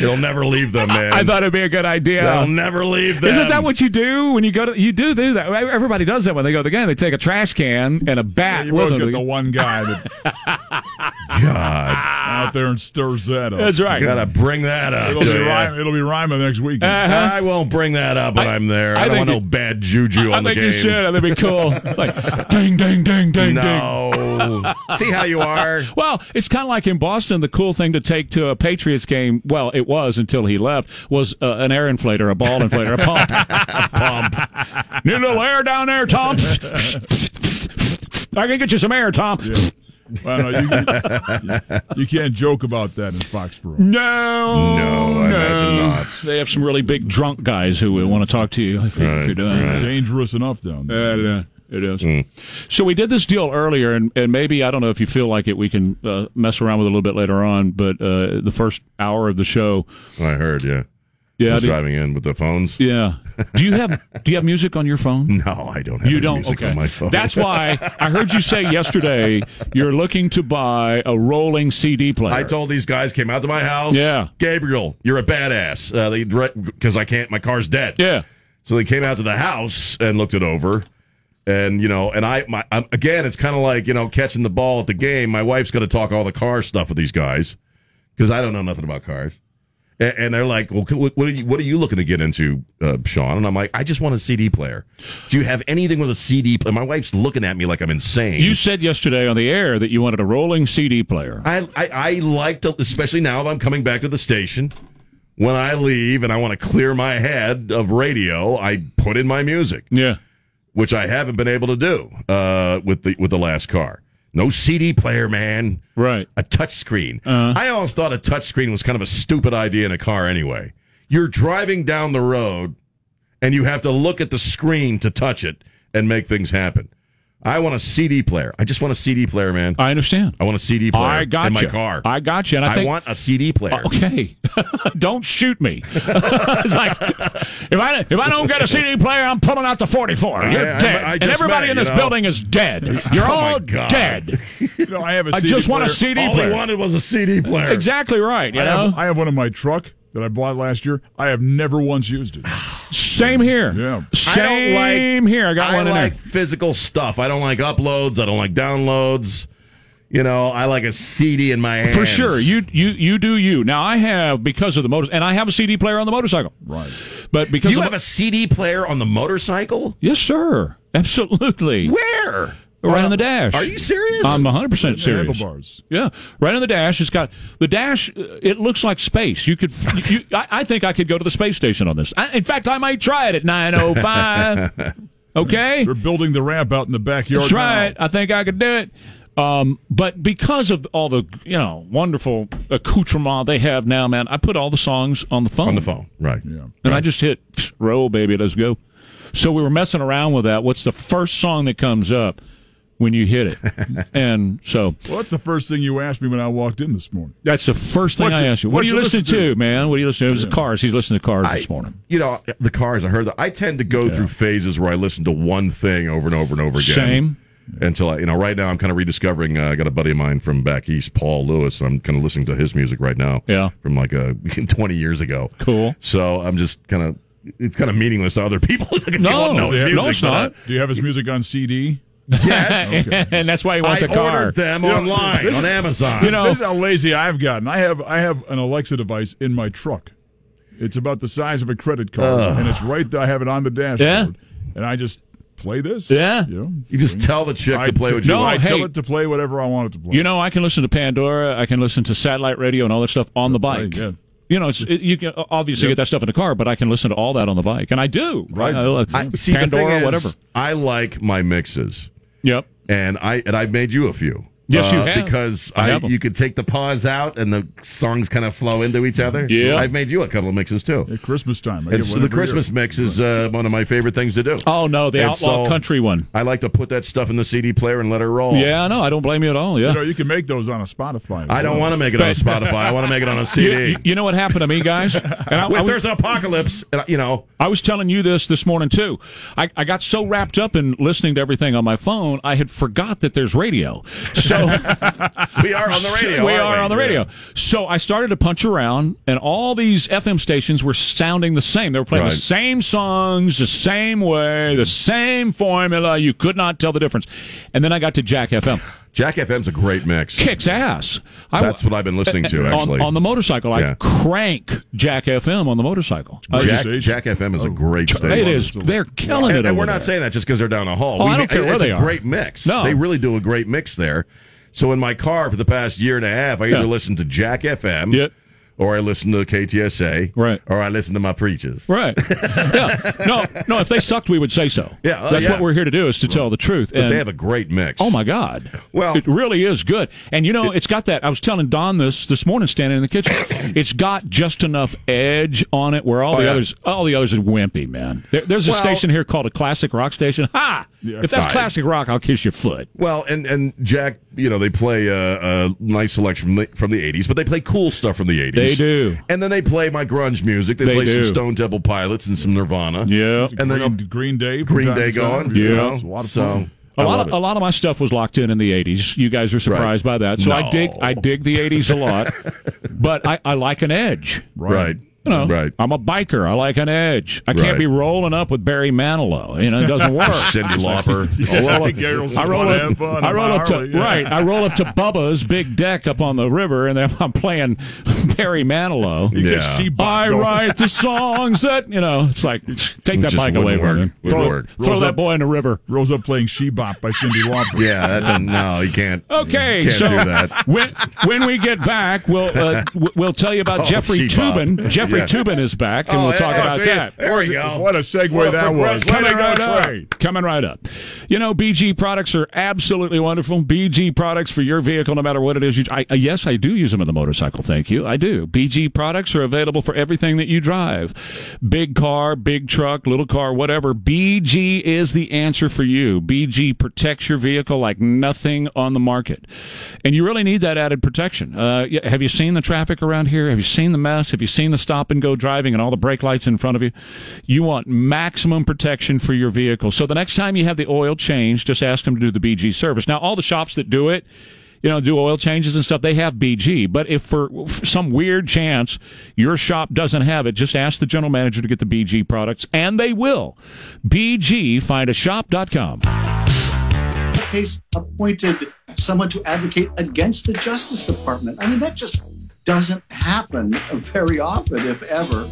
F: It'll never leave them, man.
E: I thought it'd be a good
F: They'll
E: idea.
F: never leave them.
E: Isn't that what you do when you go to you do do that? Everybody does that when they go to the game. They take a trash can and a bat
G: You
E: with
G: always
E: them.
G: get the one guy that
F: God,
G: out there and stirs that up.
E: That's right.
F: gotta bring that up.
G: It'll be
F: do ya?
G: rhyming. It'll be rhyming next weekend.
F: I won't bring that up when I, am there. I,
E: Uh-huh. I
F: don't want
E: think
F: no
E: you-
F: bad juju on
E: I
F: the
E: think
F: game.
E: you should. That'd be cool. Like ding ding ding ding ding.
F: No. See how you are.
E: Well, it's kind of like in Boston. The cool thing to take to a Patriots game, well, it was until he left, was uh, an air inflator, a ball inflator, a pump. pump. Need a little air down there, Tom. I can get you some air, Tom.
G: I don't know, you, you can't joke about that in Foxborough.
E: No,
F: No, I imagine not.
E: They have some really big drunk guys who will want to talk to you if, you- if you're doing. it.
G: Dangerous enough down there.
E: It, uh, it is.
F: Hmm.
E: So we did this deal earlier, and, and maybe I don't know if you feel like it. We can uh, mess around with it a little bit later on, but uh, the first hour of the show,
F: I heard, yeah.
E: yeah,
F: I
E: I
F: was
E: did-
F: driving in with the phones.
E: Yeah. Do you have Do you have music on your phone?
F: No, I don't have
E: You
F: any
E: don't.
F: music
E: Okay.
F: on my phone.
E: That's why I heard you say yesterday you're looking to buy a rolling CD player.
F: I told these guys came out to my house.
E: Yeah.
F: Gabriel, you're a badass. Uh, they because I can't. My car's dead.
E: yeah.
F: So they came out to the house and looked it over, and you know, and I, my, i again, it's kind of like you know catching the ball at the game. My wife's going to talk all the car stuff with these guys because I don't know nothing about cars, and, and they're like, "Well, what what are you, what are you looking to get into, uh, Sean?" And I'm like, "I just want a CD player. Do you have anything with a CD?" player? My wife's looking at me like I'm insane.
E: You said yesterday on the air that you wanted a rolling CD player.
F: I, I, I like to, especially now that I'm coming back to the station. When I leave and I want to clear my head of radio, I put in my music
E: Yeah.
F: which I haven't been able to do uh, with the with the last car. No CD player, man.
E: Right.
F: A touchscreen.
E: Uh-huh.
F: I always thought a touchscreen was kind of a stupid idea in a car. Anyway, you're driving down the road, and you have to look at the screen to touch it and make things happen. I want a CD player. I just want a CD player, man. I,
E: I understand.
F: want a CD player
E: I got
F: in my
E: you.
F: car.
E: I got you. And I,
F: I
E: think,
F: want a CD player.
E: Okay, don't shoot me. it's like if I if I don't get a CD player, I'm pulling out the 44. You're
F: I- I-
E: dead,
F: I
E: and
F: just
E: everybody
F: met,
E: in this
F: you know.
E: building is dead. You're
F: Oh my
E: all
F: God.
E: dead.
G: You know, I have a
E: I
G: CD
E: just want a
G: player.
E: CD
F: All
E: player.
F: I wanted was a CD player.
E: Exactly right. You
G: I
E: know,
G: have, I have one in my truck that I bought last year. I have never once used it.
E: same here.
G: Yeah.
F: I don't like-
E: Same here. I got
F: I
E: one in
F: like
E: there.
F: physical stuff. I don't like uploads. I don't like downloads. You know, I like a CD in my hands.
E: For sure, you you you do you. Now I have because of the motor, and I have a CD player on the motorcycle.
G: Right.
E: But because
F: You
E: of
F: have a CD player on the motorcycle?
E: yes, sir, absolutely,
F: Where?
E: right on the dash.
F: Are you serious?
E: I'm 100 percent serious.
G: Handlebars.
E: Yeah, right on the dash. It's got the dash. uh, It looks like space. You could. You, I, I think I could go to the space station on this. I, in fact, I might try it at 9:05. Okay,
G: They're building the ramp out in the backyard.
E: let's try
G: now.
E: it. I think I could do it. Um, but because of all the you know wonderful accoutrement they have now, man, I put all the songs on the phone.
F: on the phone. Right. Yeah.
E: And I just hit pfft, roll, baby, let's go. So we were messing around with that. What's the first song that comes up when you hit it? and so
G: Well, that's the first thing you asked me when I walked in this morning.
E: that's the first thing
G: What
E: I
G: you-
E: asked you. What,
G: what
E: are you
G: you
E: listening
G: listen
E: to,
G: to?
E: man? What are you listening to? It was the cars. He's listening to cars
F: I-
E: this morning.
F: You know, the cars, I heard that. I tend to go through phases where I listen to one thing over and over and over again.
E: Same.
F: Until I, you know, right now I'm kind of rediscovering. Uh, I got a buddy of mine from back east, Paul Lewis. I'm kind of listening to his music right now.
E: Yeah.
F: From like uh 20 years ago.
E: Cool.
F: So I'm just kind of, it's kind of meaningless to other people. Like,
E: No,
F: you don't know his
E: yeah. No,
F: music,
E: it's
F: but, uh,
E: not.
G: Do you have his music on CD?
F: Yes.
E: and that's why he wants a
F: I
E: car.
F: ordered them online on Amazon.
E: You know-
G: This is how lazy I've gotten. I have I have an Alexa device in my truck. It's about the size of a credit card, and it's right. there. I have it on the dashboard,
E: Yeah.
G: and I just play this.
E: Yeah.
G: you know,
F: you just tell the chick
G: I
F: to play
G: t-
F: what you
E: No,
F: want.
G: I
E: hey.
G: tell it to play whatever I want it to play.
E: You know, I can listen to Pandora. I can listen to satellite radio and all that stuff on the
G: Right,
E: bike.
G: yeah.
E: You know, it's it, you can obviously get that stuff in the car, but I can listen to all that on the bike, and I do.
G: Right.
E: I, I-
F: I, see, the
E: Pandora,
F: thing is,
E: whatever.
F: I like my mixes,
E: Yep.
F: and I and I've made you a few. Uh,
E: Yes, you have.
F: because
E: I
F: I,
E: have 'em.
F: you could take the pause out and the songs kind of flow into each other.
E: Yeah.
F: I've made you a couple of mixes too.
G: At Christmas time, I
F: And
G: get
F: so
G: one
F: the
G: every year.
F: Christmas mix is uh, one of my favorite things to do.
E: Oh no, the
F: And
E: outlaw
F: so-
E: country one.
F: I like to put that stuff in the CD player and let it roll.
E: Yeah, I know. I don't blame you at all. Yeah.
G: You know, you can make those on a Spotify. as
F: I don't
G: well.
F: want to make it on Spotify. I want to make it on a CD.
E: You, you- you know what happened to me, guys? And I, I
F: Wait,
E: was-
F: there's an apocalypse, and, I- you know.
E: I was telling you this this morning too. I, I got so wrapped up in listening to everything on my phone, I had forgot that there's radio. So
F: We are on the radio.
E: we
F: aren't
E: are on the
F: Yeah.
E: radio. So I started to punch around, and all these FM stations were sounding the same. They were playing the
F: Right.
E: same songs, the same way, the same formula. You could not tell the difference. And then I got to Jack FM.
F: Jack FM's a great mix.
E: Kicks ass. I,
F: That's what I've been listening to, actually.
E: on, on the motorcycle, I
F: Yeah.
E: crank Jack FM on the motorcycle. I
F: Jack,
E: just-
F: Jack FM is a great station.
E: it is. They're
F: And,
E: killing it.
F: and
E: over
F: we're not
E: there.
F: saying that just because they're down the hall.
E: Oh, I don't care
F: it's
E: where they
F: a
E: are.
F: great mix.
E: No.
F: They really do a great mix there. So in my car for the past year and a half, I either
E: Yeah.
F: listen to Jack FM
E: Yeah.
F: or I listen to KTSA
E: Right.
F: or I listen to my preaches.
E: Right. Yeah. No, no, if they sucked, we would say so.
F: Yeah, oh,
E: That's
F: yeah.
E: what we're here to do is to tell the truth.
F: But
E: and
F: they have a great mix.
E: oh my God.
F: Well-
E: it really is good. And you know, it's got that I was telling Don this this morning standing in the kitchen. it's got just enough edge on it where all the
F: Oh, yeah.
E: others all the others are wimpy, man. There, there's a
F: Well-
E: station here called a classic rock station. Ha! if that's
F: fine.
E: classic rock, I'll kiss your foot.
F: Well, and and Jack, you know, they play a, a nice selection from the, from the 80s, but they play cool stuff from the 80s.
E: They do.
F: And then they play my grunge music. They,
E: They
F: play
E: do.
F: some Stone Temple Pilots and some Nirvana.
E: Yeah.
F: And then
G: Green, Green Day, from
F: Green
G: time
F: Day
G: to time.
F: going.
G: Yeah,
F: you know?
G: it's a lot of
F: so,
G: fun.
E: A
F: I
E: lot,
F: love
E: of,
F: it.
E: a lot of my stuff was locked in in the 80s. You guys are surprised by that. So I
F: No.
E: dig I dig the 80s a lot, but I, I like an edge.
F: Right.
E: You know,
F: Right.
E: I'm a biker. I like an edge. I can't
F: Right.
E: be rolling up with Barry Manilow. You know, it doesn't work.
F: Cindy Lauper.
E: I roll up,
G: Gary rolls
E: I
G: up
E: roll
G: on
E: up,
G: Eva and
E: I roll
G: I'm
E: up to
G: Harley, yeah.
E: right. I roll up to Bubba's big deck up on the river, and then I'm playing Barry Manilow.
G: You get
F: Yeah.
G: She-Bop
E: I
G: going.
E: write the songs that you know. It's like take that
F: Just
E: bike
F: wouldn't
E: away
F: work.
E: from him.
F: Wouldn't
E: Throw,
F: work.
E: throw
G: Rolls
E: that
G: up.
E: boy in the river.
G: Rose up playing She Bop by Cindy Lauper.
F: Yeah, that doesn't, no, you can't.
E: Okay,
F: can't
E: so
F: do that.
E: when when we get back, we'll uh, w- we'll tell you about
F: Oh,
E: Jeffrey
F: she-bop.
E: Tubin. Jeffrey Jeffrey Tubin is back, and
F: Oh,
E: we'll talk
F: yeah,
E: about
F: see,
E: that.
F: There we go.
G: What a segue
F: What a
G: that was.
F: progress-
G: Let it
E: Coming
G: go,
E: right
G: Trey.
E: up. Coming right up. You know, BG products are absolutely wonderful. BG products for your vehicle, no matter what it is. You, I, I- yes, I do use them on the motorcycle. Thank you. I do. BG products are available for everything that you drive big car, big truck, little car, whatever. BG is the answer for you. BG protects your vehicle like nothing on the market. And you really need that added protection. Uh, y- have you seen the traffic around here? Have you seen the mess? Have you seen the stop and go driving and all the brake lights in front of you? You want maximum protection for your vehicle. So the next time you have the oil change, just ask them to do the BG service. Now, all the shops that do it, you know, do oil changes and stuff, they have BG. But if for for some weird chance your shop doesn't have it, just ask the general manager to get the BG products, and they will. BG, find a shop.com.
H: case appointed someone to advocate against the Justice Department. I mean, that just doesn't happen very often, if ever.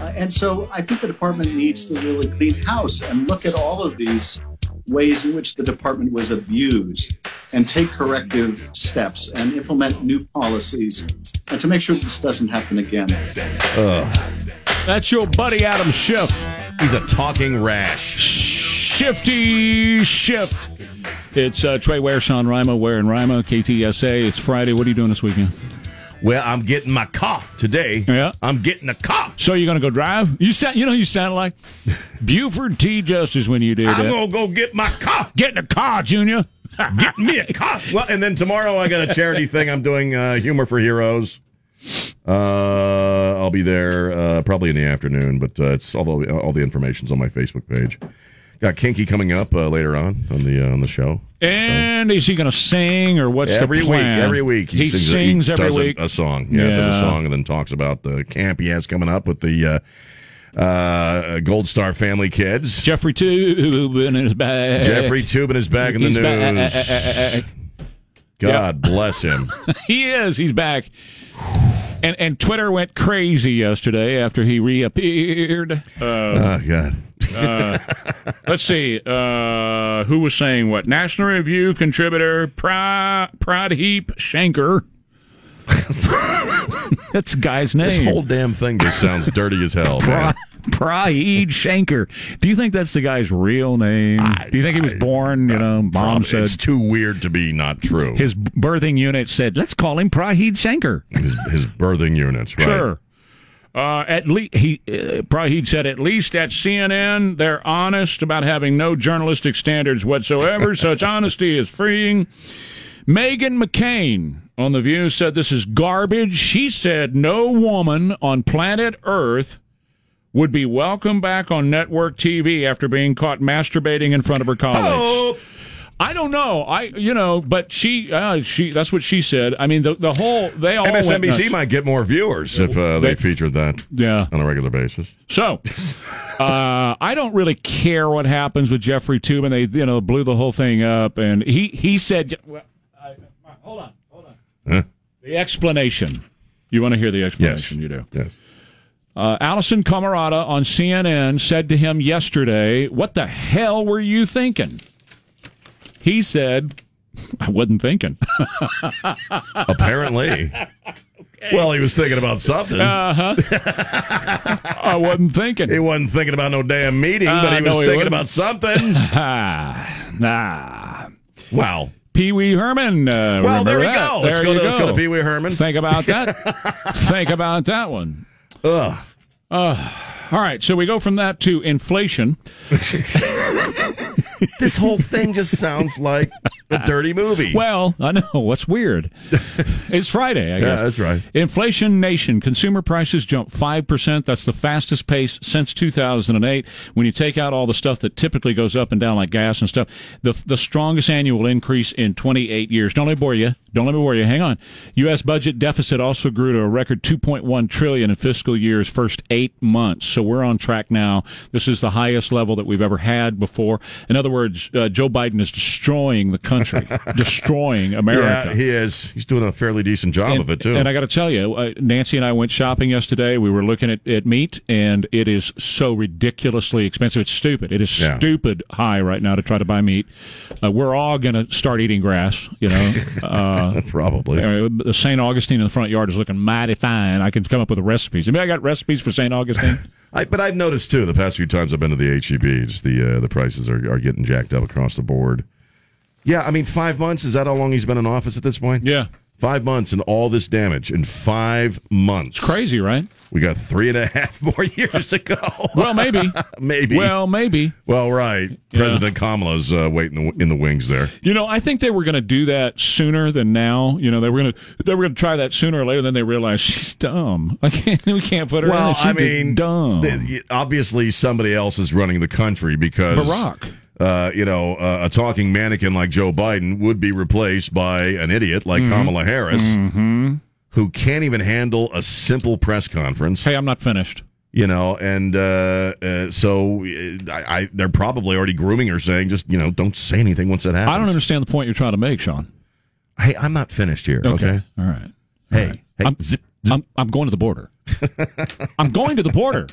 H: Uh, and so I think the department needs to really clean house and look at all of these ways in which the department was abused and take corrective steps and implement new policies uh, to make sure this doesn't happen again.
E: That's your buddy Adam Schiff.
F: He's a talking rash.
E: Shifty Shift. It's uh, Trey Ware, Sean Rima, Ware and Rima, KTSA. It's Friday. What are you doing this weekend?
F: Well, I'm getting my car today.
E: Yeah.
F: I'm getting a car.
E: So you're going to go drive? You sound, you know, who you sound like Buford T. Justice when you do
F: I'm
E: that.
F: gonna go get my car.
E: Get in the car, Junior.
F: Get me a car. Well, and then tomorrow I got a charity thing. I'm doing uh, humor for heroes. Uh, I'll be there uh, probably in the afternoon, but uh, it's all the all the information's on my Facebook page. Got Kinky coming up uh, later on on the uh, on the show.
E: And is he going to sing or what's
F: every
E: the
F: week,
E: plan?
F: every week
E: he,
F: a-
E: sings
F: he
E: every
F: does a-
E: week.
F: a, song. Yeah, does
E: Yeah.
F: a song and then talks about the camp he has coming up with the uh, uh, Gold Star Family Kids.
E: Jeffrey Tubin is back.
F: Jeffrey Tubin is back in the
E: Eh. He's eh,
F: news.
E: back.
F: God bless him.
E: He is. He's back. And and Twitter went crazy yesterday after he reappeared.
F: oh God.
E: Let's see. Uh, who was saying what? National Review contributor pra- Pradheep Shankar. That's the guy's name.
F: This whole damn thing just sounds dirty as hell, man.
E: Pra- Praheed Shankar. Do you think that's the guy's real name? Do you think he was born, you know, mom
F: Prob-
E: said
F: it's too weird to be not true.
E: his birthing unit said, let's call him Praheed Shankar.
F: His, his birthing units, right?
E: Sure. Oh, Uh, at least he uh, Praheed said at least at CNN they're honest about having no journalistic standards whatsoever. Such honesty is freeing. Megan McCain on the View said this is garbage. She said no woman on planet Earth would be welcome back on network TV after being caught masturbating in front of her colleagues.
F: Oh,
E: I don't know. I you know, but she uh, she that's what she said. I mean the the whole they all went nuts.
F: MSNBC might get more viewers if uh, they
E: uh, They-
F: featured that
E: yeah.
F: on a regular basis.
E: So, uh, I don't really care what happens with Jeffrey Tubin. They, you know, blew the whole thing up, and he he said, well, I, "Hold on, hold on."
F: Huh?
E: The explanation. You want to hear the explanation? You do.
F: Yes.
E: Uh, Allison Camarada on CNN said to him yesterday, "What the hell were you thinking?" He said, "I wasn't thinking."
F: Apparently. Well, he was thinking about something.
E: Uh, I wasn't thinking.
F: he wasn't thinking about no damn meeting, but
E: Uh,
F: he
E: no,
F: was
E: he
F: thinking
E: wouldn't.
F: about something.
E: ah, ah.
F: wow.
E: Pee Wee Herman. Uh,
F: Well,
E: remember
F: there we
E: that.
F: go. Let's
E: There
F: go
E: you
F: to- let's go to Pee Wee Herman.
E: Think about that. Think about that one.
F: Ugh.
E: All right, so we go from that to inflation.
F: This whole thing just sounds like a dirty movie.
E: Well, I know what's weird. It's Friday, I guess.
F: that's right.
E: Inflation nation. Consumer prices jumped 5%. That's the fastest pace since 2008. When you take out all the stuff that typically goes up and down, like gas and stuff, the, the strongest annual increase in 28 years. Don't let me bore you. Don't let me bore you. Hang on. U.S. budget deficit also grew to a record 2.1 trillion in fiscal year's first eight months. So we're on track now. This is the highest level that we've ever had before. In other words, words, uh, Joe Biden is destroying the country, destroying America.
F: Yeah, he is. He's doing a fairly decent job
E: and,
F: of it too.
E: and I got to tell you, uh, Nancy and I went shopping yesterday. We were looking at, at meat, and it is so ridiculously expensive. It's stupid. It is
F: Yeah.
E: stupid high right now to try to buy meat. Uh, we're all going to start eating grass, you know. Uh,
F: Probably.
E: uh, St. Augustine in the front yard is looking mighty fine. I could come up with recipes. I mean, I got recipes for St. Augustine.
F: I, but I've noticed too the past few times I've been to the HEB, just the uh, the prices are, are getting jacked up across the board. Yeah, I mean, five months is that how long he's been in office at this point?
E: yeah.
F: Five months and all this damage in five months.
E: Crazy, right?
F: We got three and a half more years to go.
E: Well, maybe.
F: maybe.
E: Well, maybe.
F: well, right. President Kamala's uh, waiting in the, in the wings there.
E: You know, I think they were going to do that sooner than now. You know, they were going to they were going to try that sooner or later. Then they realized she's dumb. I can't. We can't put her. in
F: Well,
E: there. She's
F: I
E: just
F: mean,
E: dumb.
F: th- obviously somebody else is running the country because
E: Barack.
F: uh, you know, uh, a talking mannequin like Joe Biden would be replaced by an idiot like
E: Mm-hmm.
F: Kamala Harris, who can't even handle a simple press conference.
E: hey, I'm not finished.
F: You know, and uh, uh, so uh, I, I, they're probably already grooming her, saying just you know, don't say anything once it happens.
E: I don't understand the point you're trying to make, Sean.
F: Hey, I'm not finished here. Okay.
E: All right.
F: Hey, hey,
E: I'm,
F: zip,
E: I'm I'm going to the border. I'm going to the border,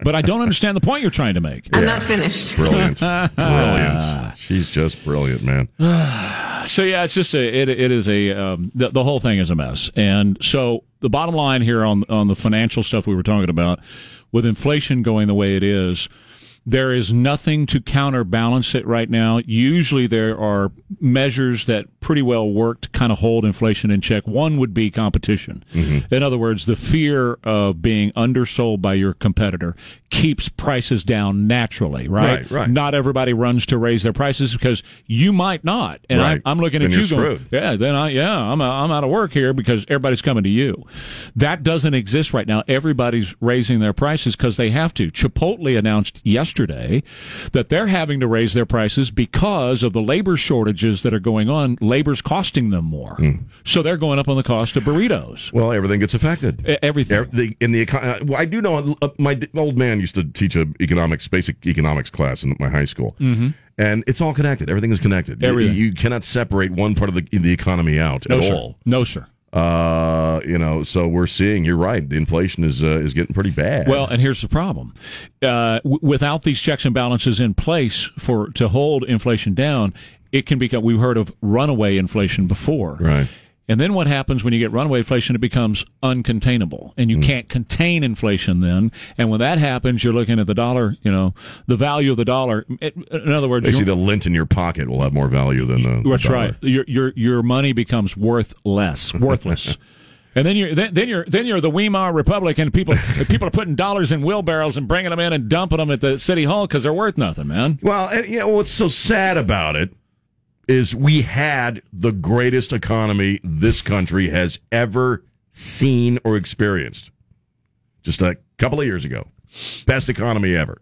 E: but I don't understand the point you're trying to make.
B: I'm not finished.
F: brilliant,
E: Ah.
F: brilliant. She's just brilliant, man.
E: So yeah, it's just a it it is a um, the, the whole thing is a mess. And so the bottom line here on on the financial stuff we were talking about, with inflation going the way it is, there is nothing to counterbalance it right now. Usually there are measures that pretty well work to kind of hold inflation in check. One would be competition. In other words, the fear of being undersold by your competitor keeps prices down naturally, right?
F: Right, right.
E: Not everybody runs to raise their prices because you might not. And
F: Right.
E: I'm, I'm looking
F: Then
E: at
F: you're
E: you going,
F: screwed.
E: yeah, then I, yeah, I'm, I'm out of work here because everybody's coming to you. That doesn't exist right now. Everybody's raising their prices because they have to. Chipotle announced yesterday that they're having to raise their prices because of the labor shortages that are going on. Labor's costing them more.
F: Hmm.
E: So they're going up on the cost of burritos.
F: Well, everything gets affected.
E: E- Everything.
F: Ev- the- in the econ- uh, well, I do know uh, my d- old man used to teach a economics basic economics class in my high school, mm-hmm. and it's all connected. Everything is connected. You-
E: Everything.
F: You, cannot separate one part of the the economy out
E: no,
F: at
E: sir.
F: all.
E: No, sir.
F: Uh, you know, so we're seeing. You're right. The inflation is uh, is getting pretty bad.
E: Well, and here's the problem: uh, w- without these checks and balances in place for to hold inflation down, it can become. We've heard of runaway inflation before,
F: Right.
E: And then what happens when you get runaway inflation? It becomes uncontainable, and
F: Hmm.
E: you can't contain inflation then. And when that happens, you're looking at the dollar. You know, the value of the dollar. It- in other words,
F: they
E: you're-
F: see the lint in your pocket will have more value than the. the
E: that's
F: dollar.
E: right. Your your your money becomes worth less, worthless. And then you're then, then you're then you're the Weimar Republic, and people people are putting dollars in wheelbarrows and bringing them in and dumping them at the city hall because they're worth nothing, man.
F: Well, and, you know what's so sad about it is we had the greatest economy this country has ever seen or experienced. Just a couple of years ago, best economy ever,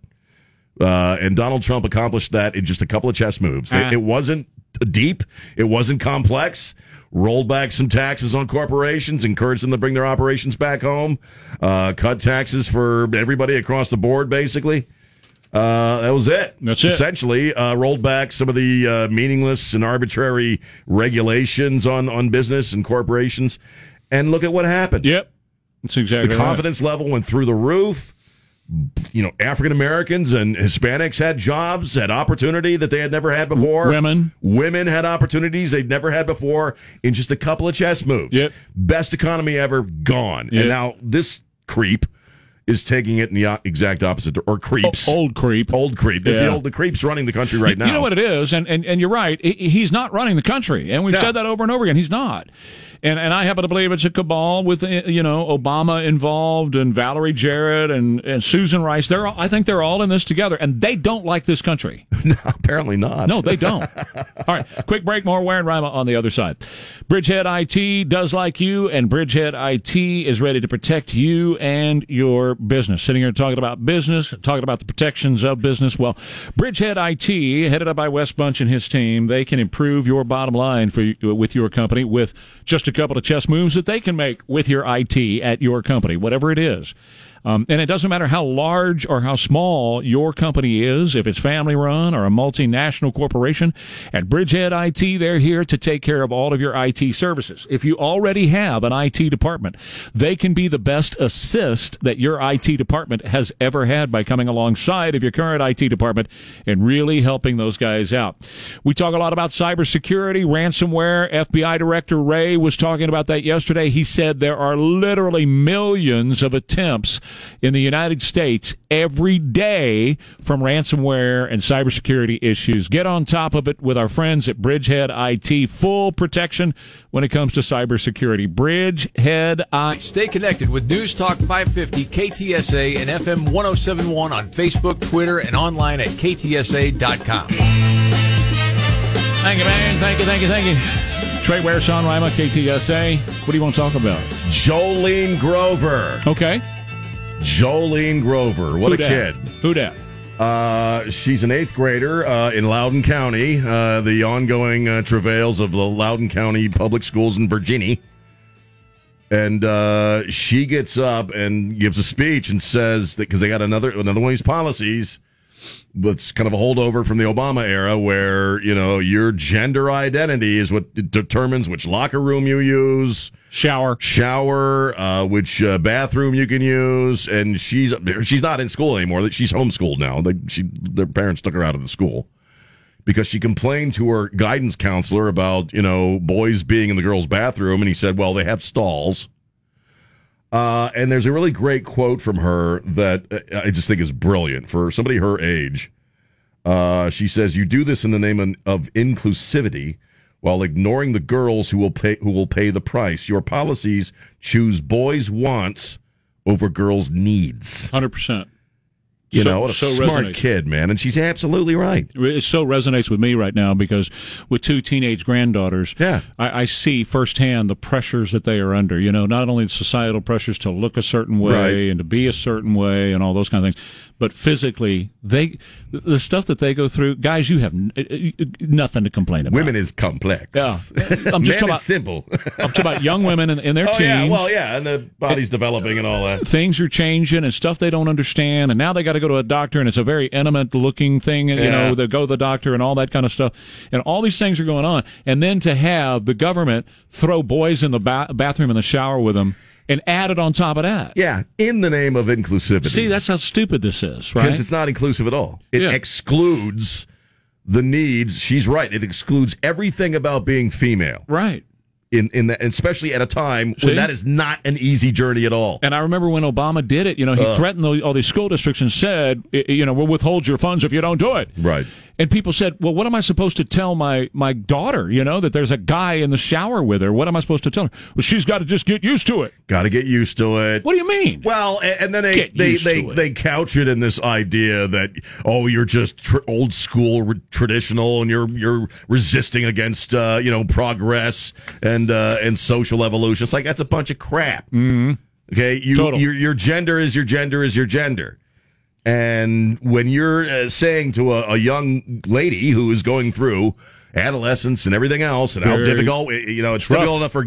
F: uh, and Donald Trump accomplished that in just a couple of chess moves.
E: Ah.
F: It, it wasn't deep, it wasn't complex. Rolled back some taxes on corporations, encouraged them to bring their operations back home, uh, cut taxes for everybody across the board, basically. Uh, that was it.
E: That's it.
F: Essentially, uh, rolled back some of the uh, meaningless and arbitrary regulations on, on business and corporations. And look at what happened.
E: Yep, that's exactly
F: the
E: right.
F: confidence level went through the roof. You know, African Americans and Hispanics had jobs, had opportunity that they had never had before.
E: Women.
F: Women had opportunities they'd never had before in just a couple of chess moves.
E: Yep.
F: Best economy ever gone.
E: Yep.
F: And now this creep is taking it in the o- exact opposite, or creeps
E: Old creep.
F: old creep. There's
E: Yeah.
F: the old the creeps running the country right
E: you,
F: now.
E: you know what it is, and, and, and you're right. He- He's not running the country, and we've
F: No.
E: said that over and over again. He's not, and and I happen to believe it's a cabal with eh, you know Obama involved and Valerie Jarrett and, and Susan Rice. They're all, I think they're all in this together, and they don't like this country.
F: Apparently not.
E: No, they don't. All right, quick break. More Warren Rima on the other side. Bridgehead IT does like you, and Bridgehead IT is ready to protect you and your business. Sitting here talking about business, talking about the protections of business. Well, Bridgehead IT, headed up by Wes Bunch and his team, they can improve your bottom line for with your company with just a couple of chess moves that they can make with your IT at your company, whatever it is. Um, and it doesn't matter how large or how small your company is, if it's family run or a multinational corporation, at Bridgehead IT, they're here to take care of all of your IT services. If you already have an IT department, they can be the best assist that your IT department has ever had by coming alongside of your current IT department and really helping those guys out. We talk a lot about cybersecurity, ransomware. FBI Director Ray was talking about that yesterday. He said there are literally millions of attempts in the United States every day from ransomware and cybersecurity issues. Get on top of it with our friends at Bridgehead IT. Full protection when it comes to cybersecurity. Bridgehead IT.
I: Stay connected with News Talk 550, KTSA, and FM 1071 on Facebook, Twitter, and online at ktsa.com.
E: Thank you, man. Thank you, thank you, thank you. Trey Ware, Sean Rima, KTSA. What do you want to talk about?
F: Jolene Grover.
E: Okay.
F: Jolene Grover. What
E: Who
F: a
E: dat?
F: kid.
E: Who dat?
F: Uh, she's an eighth grader uh, in Loudoun County. Uh, the ongoing uh, travails of the Loudoun County Public Schools in Virginia. And uh, she gets up and gives a speech and says that because they got another another one of these policies that's kind of a holdover from the Obama era, where you know your gender identity is what determines which locker room you use,
E: Shower.
F: shower, uh, which uh, bathroom you can use, and she's she's not in school anymore. That she's homeschooled now. They, she their parents took her out of the school because she complained to her guidance counselor about you know boys being in the girls' bathroom, and he said, "Well, they have stalls." Uh, and there's a really great quote from her that uh, I just think is brilliant for somebody her age. Uh, she says, "You do this in the name of, of inclusivity, while ignoring the girls who will pay who will pay the price. Your policies choose boys' wants over girls' needs."
E: 100%.
F: You
E: So-
F: know, what a
E: so
F: smart
E: resonates.
F: kid, man, and she's absolutely right.
E: it so resonates with me right now because with two teenage granddaughters,
F: Yeah.
E: I, I see firsthand the pressures that they are under. You know, not only the societal pressures to look a certain way
F: Right.
E: and to be a certain way and all those kind of things, but physically, they the stuff that they go through. Guys, you have n- uh, nothing to complain about.
F: Women is complex.
E: Yeah.
F: Man
E: I'm just talking
F: is
E: about-
F: simple.
E: I'm talking about young women in, in their
F: oh
E: teens.
F: yeah, well yeah, and the body's developing and all that.
E: things are changing and stuff they don't understand and now they got to go to a doctor and it's a very intimate looking thing and you
F: Yeah.
E: know they go to the doctor and all that kind of stuff and all these things are going on and then to have the government throw boys in the ba- bathroom in the shower with them and add it on top of that
F: Yeah, in the name of inclusivity.
E: see that's how stupid this is right
F: because it's not inclusive at all. It
E: Yeah.
F: excludes the needs. She's right. It excludes everything about being female.
E: right
F: In in that, especially at a time
E: See?
F: when that is not an easy journey at all.
E: And I remember when Obama did it, you know, he threatened the, all these school districts and said, i- you know, we'll withhold your funds if you don't do it.
F: Right.
E: And people said, well, what am I supposed to tell my, my daughter, you know, that there's a guy in the shower with her? What am I supposed to tell her? Well, she's got to just get used to it.
F: Got to get used to it.
E: What do you mean?
F: Well, a- and then they
E: Get
F: they
E: used
F: they,
E: to it.
F: they couch it in this idea that oh you're just tr- old school re- traditional and you're you're resisting against uh, you know progress and uh, and social evolution. It's like that's a bunch of crap. Mm-hmm. Okay, you
E: Total.
F: your your gender is your gender is your gender. And when you're uh, saying to a, a young lady who is going through adolescence and everything else, and how
E: Very
F: difficult, eh, you know, it's
E: rough.
F: difficult enough for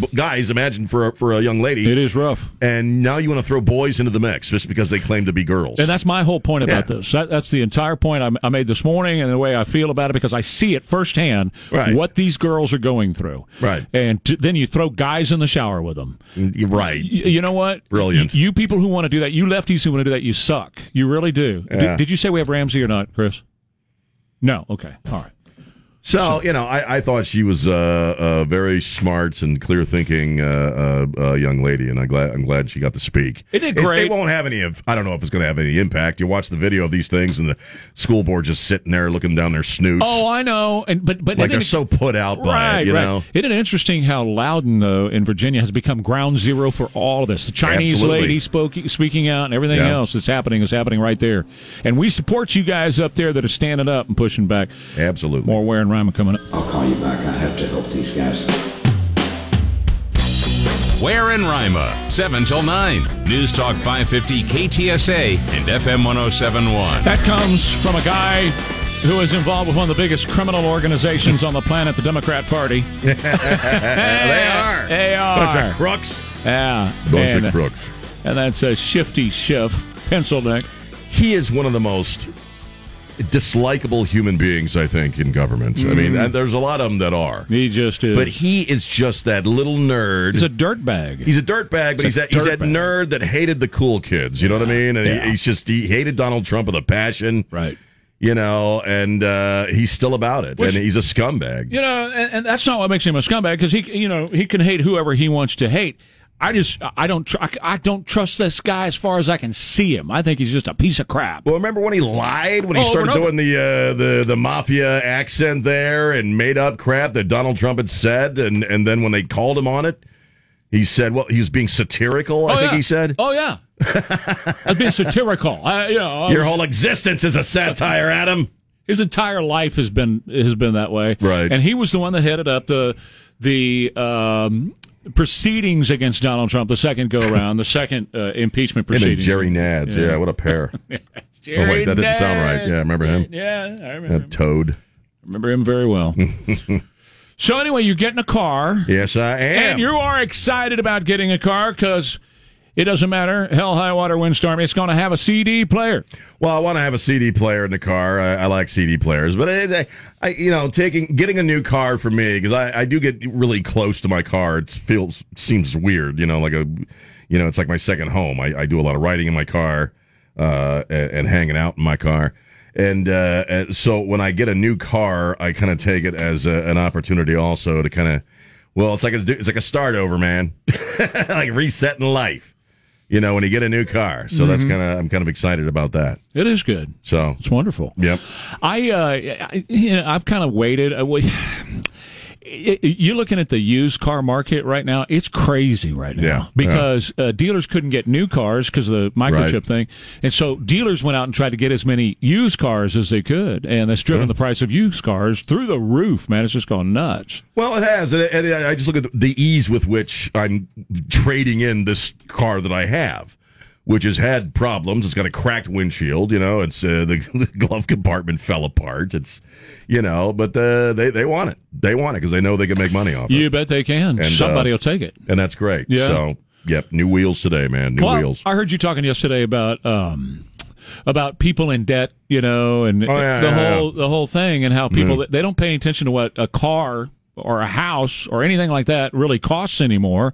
F: for guys. Imagine for a- for a young lady,
E: it is rough.
F: and now you want to throw boys into the mix just because they claim to be girls.
E: And that's my whole point about
F: Yeah.
E: this. That, that's the entire point I, I made this morning, and the way I feel about it because I see it firsthand
F: Right.
E: what these girls are going through.
F: Right.
E: And t- then you throw guys in the shower with them.
F: Mm, You're right.
E: Y- you know what?
F: Brilliant.
E: Y- You, people who want to do that, you lefties who want to do that, you suck. You really do. D-
F: Yeah.
E: did you say we have Ramsey or not, Chris? No. Okay. All right.
F: So you know, I, I thought she was a uh, uh, very smart and clear thinking uh, uh, uh, young lady, and I'm glad I'm glad she got to speak.
E: Isn't it
F: It's-
E: great?
F: It won't have any of. I don't know if it's going to have any impact. You watch the video of these things, and the school board just sitting there looking down their snoots,
E: Oh, I know. And but but
F: like
E: isn't
F: they're
E: it-
F: so put out by
E: right,
F: it. You
E: right.
F: know,
E: Isn't it interesting how Loudon though in Virginia has become ground zero for all of this? The Chinese
F: Absolutely.
E: lady spoke speaking out, and everything
F: Yeah.
E: else that's happening is happening right there. And we support you guys up there that are standing up and pushing back.
F: absolutely.
E: More Ware and Ryman coming up.
C: I'll call you back. I have to help these guys.
D: Where in Rima, 7 till 9. News Talk 550 KTSA and FM 1071.
E: That comes from a guy who is involved with one of the biggest criminal organizations on the planet, the Democrat Party.
F: they are.
E: They
F: Bunch
E: are.
F: of crooks.
E: yeah.
F: Bunch
E: And,
F: of crooks.
E: And that's a shifty shift, pencil neck.
F: he is one of the most dislikable human beings I think in government. I mean,
E: Mm.
F: and there's a lot of them that are,
E: He just is.
F: but he is just that little nerd.
E: he's a dirtbag.
F: He's a dirtbag, but
E: He's
F: he's
E: a
F: that, he's that
E: dirtbag.
F: nerd that hated the cool kids. You know what I mean? And
E: yeah.
F: he, he's just he hated Donald Trump with a passion,
E: Right.
F: You know, and uh, he's still about it,
E: Which-
F: and he's a scumbag.
E: You know, and, and that's not what makes him a scumbag because he, you know, he can hate whoever he wants to hate. I just, I don't, tr- I, I don't trust this guy as far as I can see him. I think he's just a piece of crap.
F: Well, remember when he lied when he
E: Oh, over
F: started
E: and over.
F: doing the uh, the the mafia accent there and made up crap that Donald Trump had said, and and then when they called him on it, he said, "Well, he was being satirical." I
E: Oh,
F: think
E: yeah.
F: he said,
E: Oh yeah, I'd be satirical. I, you know, I
F: "Your
E: was-
F: whole existence is a satire, Adam."
E: his entire life has been has been that way.
F: Right.
E: And he was the one that headed up the the um, proceedings against Donald Trump the second go around, the second uh, impeachment
F: Him and
E: proceedings.
F: Jerry Nads, yeah, what a pair.
E: Jerry
F: Oh, wait, that didn't sound right. Yeah, I remember him.
E: Yeah, I remember. him.
F: that toad.
E: Remember him very well. so anyway, you get in a car,
F: Yes, I am.
E: and you are excited about getting a car because it doesn't matter. Hell, high water, windstorm. It's going to have a CD player.
F: Well, I want to have a CD player in the car. I, I like CD players, but I, I, I, you know, taking getting a new car for me because I, I do get really close to my car. It feels seems weird, you know, like a, you know, it's like my second home. I, I do a lot of riding in my car, uh, and, and hanging out in my car, and uh, uh, so when I get a new car, I kind of take it as a, an opportunity also to kind of, well, it's like a it's like a start over, man, like resetting life. You know, when you get a new car, so that's kind of I'm kind of excited about that.
E: It is good.
F: So,
E: It's wonderful.
F: yep.
E: I, uh, I you know, I've kind of waited. I, wait- It- it- you're looking at the used car market right now. It's crazy right now
F: Yeah,
E: because Uh, dealers couldn't get new cars because of the microchip
F: Right.
E: thing, and so dealers went out and tried to get as many used cars as they could, and that's driven the price of used cars through the roof. Man, it's just gone nuts.
F: Well, it has, and, and I just look at the ease with which I'm trading in this car that I have, which has had problems. It's got a cracked windshield, you know. It's uh, the, glove compartment fell apart. It's, you know, but uh, they they want it. They want it because they know they can make money off
E: You
F: it,
E: bet they can.
F: And,
E: Somebody
F: uh,
E: will take it.
F: and that's great.
E: Yeah.
F: So, yep, new wheels today, man. New
E: Well,
F: wheels.
E: I heard you talking yesterday about um, about people in debt, you know, and
F: Oh, yeah,
E: the
F: yeah, Mm-hmm.
E: whole the whole thing, and how people they don't pay any attention to what a car or a house or anything like that really costs anymore.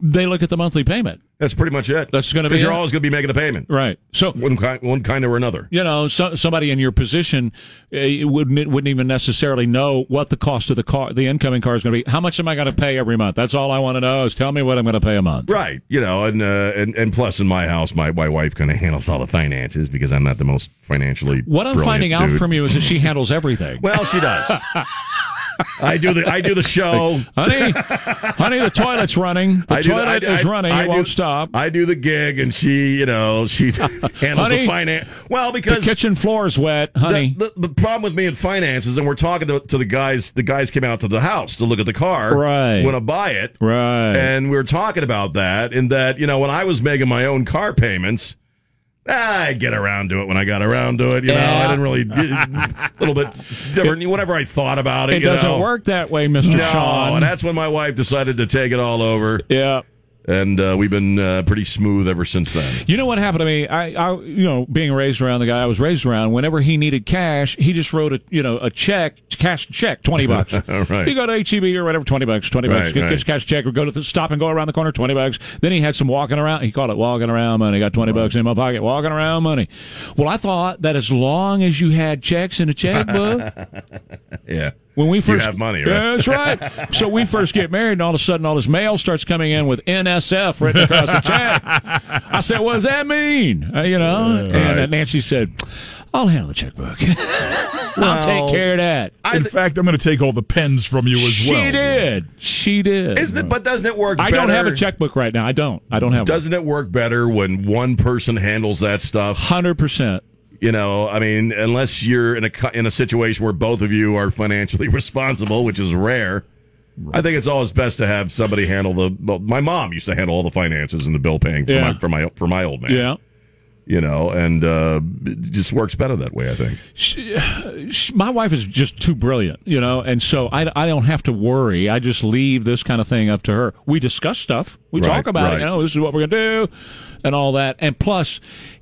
E: They look at the monthly payment,
F: That's pretty much it.
E: That's gonna be
F: because you're
E: it.
F: always going to be making a payment,
E: right? So.
F: one kind, one kind or another.
E: You know, so, somebody in your position uh, wouldn't wouldn't even necessarily know what the cost of the car, the incoming car, is going to be. How much am I going to pay every month? That's all I want to know is tell me what I'm going to pay a month.
F: Right. You know, and uh, and and plus in my house, my, my wife kind of handles all the finances because I'm not the most financially.
E: What I'm
F: brilliant
E: finding out
F: dude.
E: from you is that she handles everything.
F: Well, she does. I do the I do the show.
E: honey, honey, the toilet's running. The
F: I do
E: toilet
F: I-
E: is
F: I-
E: running.
F: I
E: it
F: do-
E: won't stop.
F: I do the gig, and she, you know, she handles
E: Honey,
F: the finance. Well,
E: the
F: because
E: kitchen floor's wet, honey.
F: the, the, the problem with me in finance is, and we're talking to, to the guys. The guys came out to the house to look at the car.
E: Right.
F: When I buy it.
E: right.
F: And we were talking about that, and that, you know, when I was making my own car payments, I get around to it when I got around to it. You know, I
E: Yeah.
F: didn't really, a little bit different. Whenever I thought about it,
E: it
F: you
E: doesn't
F: know.
E: work that way, Mr.
F: No,
E: Sean.
F: and that's when my wife decided to take it all over,
E: yeah.
F: and uh, we've been uh, pretty smooth ever since then.
E: You know what happened to me? I, I, you know, being raised around the guy I was raised around. Whenever he needed cash, he just wrote a, you know, a check, cash check, twenty bucks.
F: Right.
E: You go to HEB or whatever, twenty bucks, twenty
F: Right,
E: bucks. Get,
F: right.
E: get your cash check or go to the stop and go around the corner, twenty bucks. Then he had some walking around. He called it walking around money. Got twenty bucks in my pocket, walking around money. Well, I thought that as long as you had checks in a checkbook,
F: Yeah,
E: when we
F: You
E: first
F: have money, right?
E: Yeah, that's right. so we first get married, and all of a sudden, all this mail starts coming in with NSF written across the check. I said, "What does that mean?" Uh, you know, and uh,
F: Right.
E: Nancy said, "I'll handle the checkbook. I'll take care of that."
G: In fact, I'm going to take all the pens from you as
E: she
G: well.
E: did. She did.
F: isn't it? But doesn't it work?
E: I don't have a
F: better-
E: checkbook right now. I don't. I don't have.
F: Doesn't it work better when one person handles that stuff?
E: Hundred percent.
F: You know, I mean, unless you're in a co- in a situation where both of you are financially responsible, which is rare. I think it's always best to have somebody handle the. Well, my mom used to handle all the finances and the bill paying for,
E: Yeah.
F: my, for my for my old man.
E: Yeah.
F: you know, and uh, it just works better that way, I think.
E: she, she- my wife is just too brilliant, you know, and so I, I don't have to worry. I just leave this kind of thing up to her. We discuss stuff. We
F: Right,
E: talk about
F: right.
E: it. You know, this is what we're going to do and all that. And plus,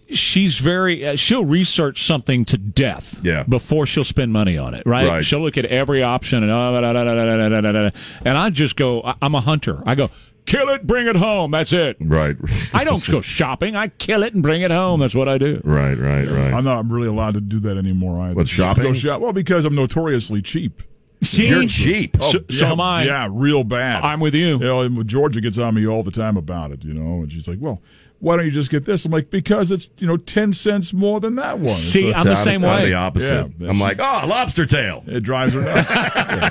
E: she's very, uh, she'll research something to death
F: Yeah.
E: before she'll spend money on it, right?
F: Right.
E: She'll look at every option and, uh, da, da, da, da, da, da, da, da, da. and I just go, I- I'm a hunter. I go, kill it, bring it home. That's it.
F: Right.
E: I don't go shopping. I kill it and bring it home. That's what I do.
F: right, right, right.
G: I'm not really allowed to do that anymore either.
F: What, shopping?
G: Go shop. Well, because I'm notoriously cheap.
E: See?
F: You're cheap. Oh,
E: So, so
G: yeah,
E: am I.
G: Yeah, real bad.
E: I'm with you.
G: You know, and Georgia gets on me all the time about it, you know, and she's like, well, why don't you just get this? I'm like, because it's, you know, 10 cents more than that one. It's
E: See,
G: like-
E: I'm the
F: I'm-
E: same
F: I'm
E: way.
F: the opposite.
G: Yeah,
F: I'm like, oh, lobster tail.
G: it drives her nuts.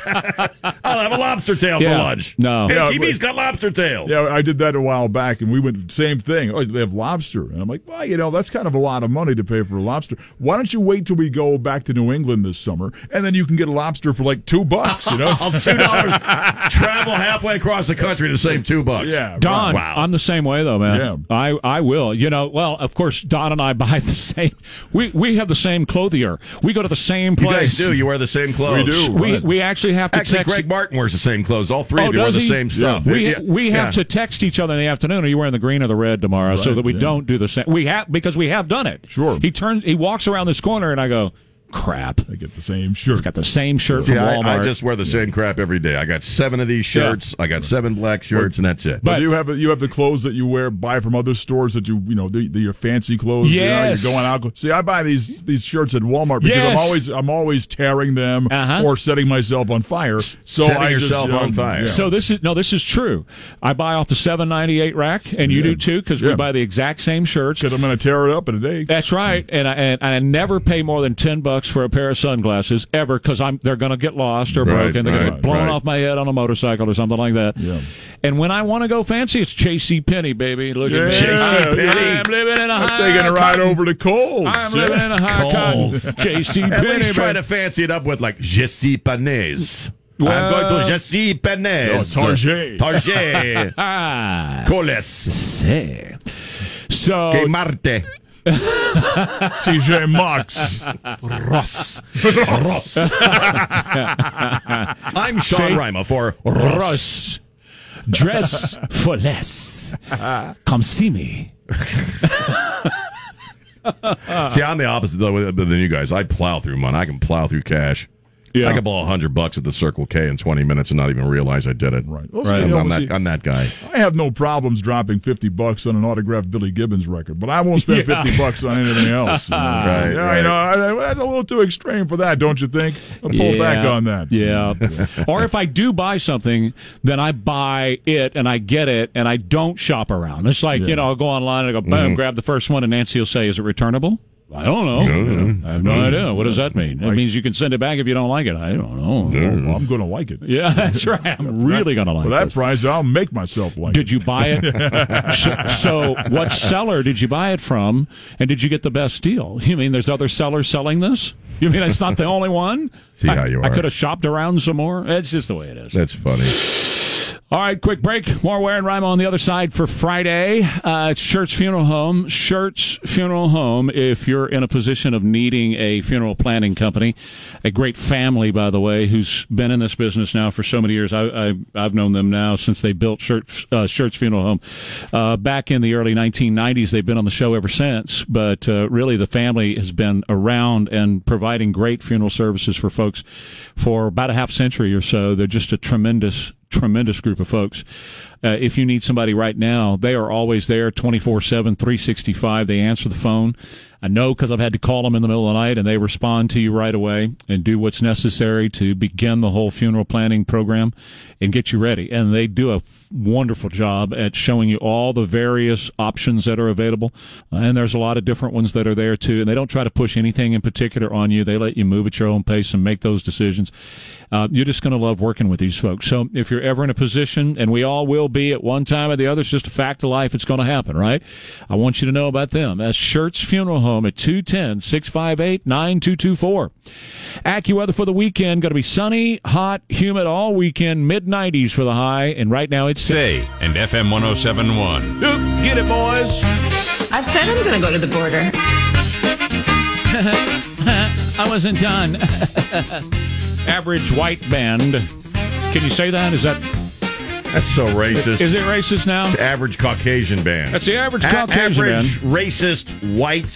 F: I'll have a lobster tail
E: Yeah.
F: for lunch.
E: No.
F: Hey,
E: Yeah,
F: TV's got lobster tails.
G: yeah, I did that a while back, and we went same thing. Oh, they have lobster, and I'm like, well, you know, that's kind of a lot of money to pay for a lobster. Why don't you wait till we go back to New England this summer, and then you can get a lobster for like two bucks, you know?
F: I'll two dollars travel halfway across the country to save two bucks.
G: yeah,
E: Don,
F: Wow.
E: I'm the same way though, man.
G: Yeah.
E: I, I will. You know, well, of course, Don and I buy the same. We we have the same clothier. We go to the same
F: You
E: place.
F: guys do. You wear the same clothes.
G: We do.
E: We
G: Right.
E: we actually have to
F: Actually,
E: text.
F: Greg Martin wears the same clothes. All three
E: Oh,
F: of you wear
E: does
F: the
E: he?
F: same stuff.
E: We
F: Yeah.
E: we have
F: Yeah.
E: to text each other in the afternoon. Are you wearing the green or the red tomorrow? so
G: Right,
E: that we
G: yeah.
E: don't do the same. We have because we have done it.
G: Sure.
E: He turns. He walks around this corner, and I go, "Crap!
G: I get the same shirt.
E: Got the same shirt
F: See,
E: from
F: I,
E: Walmart."
F: I just wear the same crap every day. I got seven of these shirts. I got seven black shirts, and that's it.
G: But you have you have the clothes that you wear buy from other stores that you you know they're, they're your fancy clothes.
E: Yes.
G: You know, you're going out. cl- See, I buy these these shirts at Walmart because
E: Yes.
G: I'm always I'm always tearing them
E: Uh-huh.
G: or setting myself on fire. So
F: Setting
G: I
F: yourself
G: just, you know,
F: on fire.
G: yeah.
E: So this is no, this is true. I buy off the seven ninety eight rack, and you do too, because we
G: Yeah.
E: buy the exact same shirts.
G: because I'm going to tear it up in a day.
E: That's right, and I, and I never pay more than ten bucks for a pair of sunglasses ever because I'm they're going to get lost or
F: Right,
E: broken, they're going to
F: right,
E: get blown
F: right.
E: off my head on a motorcycle or something like that.
G: Yeah.
E: And when I want to go fancy, it's J.C. Penney, baby. Look at me,
G: Yeah.
F: JCPenney.
E: I'm living in a
G: I'm
E: high.
G: taking a ride
E: Ah, cotton-
G: over to Coles.
E: I'm living in a high cotton.
F: Coles.
E: J.C.
F: At least try
E: Penney.
F: to fancy it up with like je suis panaise. I'm
E: Well- Oh,
F: going to je suis panaise.
G: No, Target.
F: Target.
E: Ah,
F: Coles.
E: say. So
F: Que Marte.
G: TJ Maxx.
F: Ross. I'm Sean
E: See?
F: Rima for Ross.
E: Russ. Dress for less. Come see me.
F: See, I'm the opposite though than you guys. I plow through money. I can plow through cash.
E: Yeah.
F: I can blow hundred bucks at the Circle K in 20 minutes and not even realize I did it.
G: Right. Well, see,
F: I'm,
G: you know,
F: I'm
G: see-
F: that, I'm that guy.
G: I have no problems dropping fifty bucks on an autographed Billy Gibbons record, but I won't spend
E: Yeah.
G: fifty bucks on anything else. You know?
F: Right,
G: yeah,
F: right.
G: you know, I- I- that's a little too extreme for that, don't you think? I'll pull back on that.
E: Yeah. or if I do buy something, then I buy it and I get it and I don't shop around. It's like, you know, I'll go online and I go, boom,
G: Mm-hmm.
E: grab the first one, and Nancy will say, is it returnable? I don't know. I have no idea. What does that mean? It means you can send it back if you don't like it. I don't know.
G: Well, I'm going to like it.
E: Yeah, that's right. I'm really going to like
G: For that
E: this.
G: price, I'll make myself like it.
E: Did you buy it? so, so, what seller did you buy it from? And did you get the best deal? You mean there's other sellers selling this? You mean it's not the only one?
F: See
E: I,
F: how you
E: I
F: are.
E: could have shopped around some more. It's just the way it is.
F: That's funny.
E: All right, quick break. More wear and rhyme on the other side for Friday. Uh, it's Church Funeral Home. Church Funeral Home. If you're in a position of needing a funeral planning company, a great family, by the way, who's been in this business now for so many years. I, I, I've known them now since they built Church, uh, Church Funeral Home uh, back in the early 1990s. They've been on the show ever since, but uh, really the family has been around and providing great funeral services for folks for about a half century or so. They're just a tremendous tremendous group of folks. Uh, if you need somebody right now, they are always there 24 7, 365. They answer the phone. I know because I've had to call them in the middle of the night and they respond to you right away and do what's necessary to begin the whole funeral planning program and get you ready. And they do a f- wonderful job at showing you all the various options that are available. Uh, and there's a lot of different ones that are there too. And they don't try to push anything in particular on you. They let you move at your own pace and make those decisions. Uh, you're just going to love working with these folks. So if you're ever in a position, and we all will be at one time or the other. It's just a fact of life. It's going to happen, right? I want you to know about them. That's Shirts Funeral Home at 210 658 9224. AccuWeather for the weekend going to be sunny, hot, humid all weekend, mid 90s for the high, and right now it's
D: Today and FM 1071.
E: Get it, boys.
B: I've said I'm going to go to the border.
E: I wasn't done. Average white band. Can you say that? Is that
F: That's so racist.
E: is it racist now?
F: It's average Caucasian band.
E: That's the average Caucasian
F: average racist white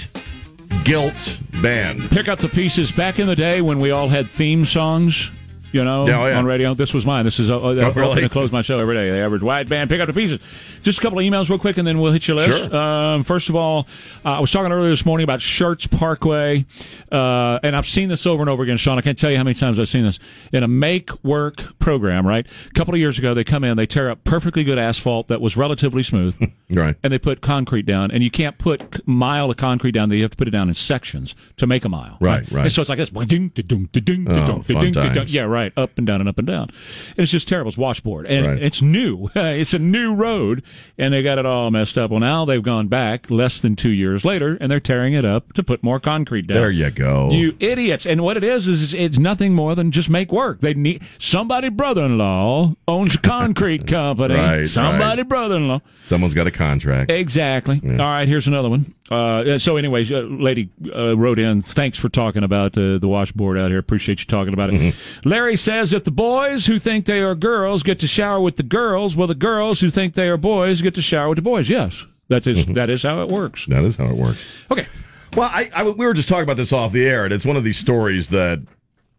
F: guilt band.
E: Pick up the pieces. Back in the day when we all had theme songs, you know,
F: Yeah, oh, yeah. Oh,
E: on radio. This was mine. This is uh, uh,
F: really?
E: open and close my show every day. The average white band. Pick up the pieces. Just a couple of emails, real quick, and then we'll hit your list.
F: Sure.
E: Um, first of all, uh, I was talking earlier this morning about Shirts Parkway, uh, and I've seen this over and over again, Sean. I can't tell you how many times I've seen this in a make work program. Right, a couple of years ago, they come in, they tear up perfectly good asphalt that was relatively smooth.
F: Right.
E: and they put concrete down, and you can't put c- mile of concrete down. You have to put it down in sections to make a mile.
F: Right, right. Oh,
E: And so it's like this. Ding, da-dung, da-dung, da-dung,
F: fun
E: da-dung, da-dung.
F: times.
E: Yeah, right. Up and down and up and down. And it's just terrible. It's washboard, and
F: Right.
E: it's new. it's a new road, and they got it all messed up. Well, now they've gone back less than two years later, and they're tearing it up to put more concrete down.
F: There you go.
E: You idiots! And what it is is it's nothing more than just make work. They need somebody. Brother-in-law owns a concrete company.
F: Right, right.
E: somebody. Brother-in-law.
F: Someone's got a contract.
E: Exactly. All right, here's another one. Uh, so, anyways, uh, lady uh, wrote in, thanks for talking about uh, the washboard out here. Appreciate you talking about it. Larry says if the boys who think they are girls get to shower with the girls, well, the girls who think they are boys get to shower with the boys. Yes, that is- that is how it works.
F: That is how it works.
E: Okay.
F: Well, I, I we were just talking about this off the air, and it's one of these stories that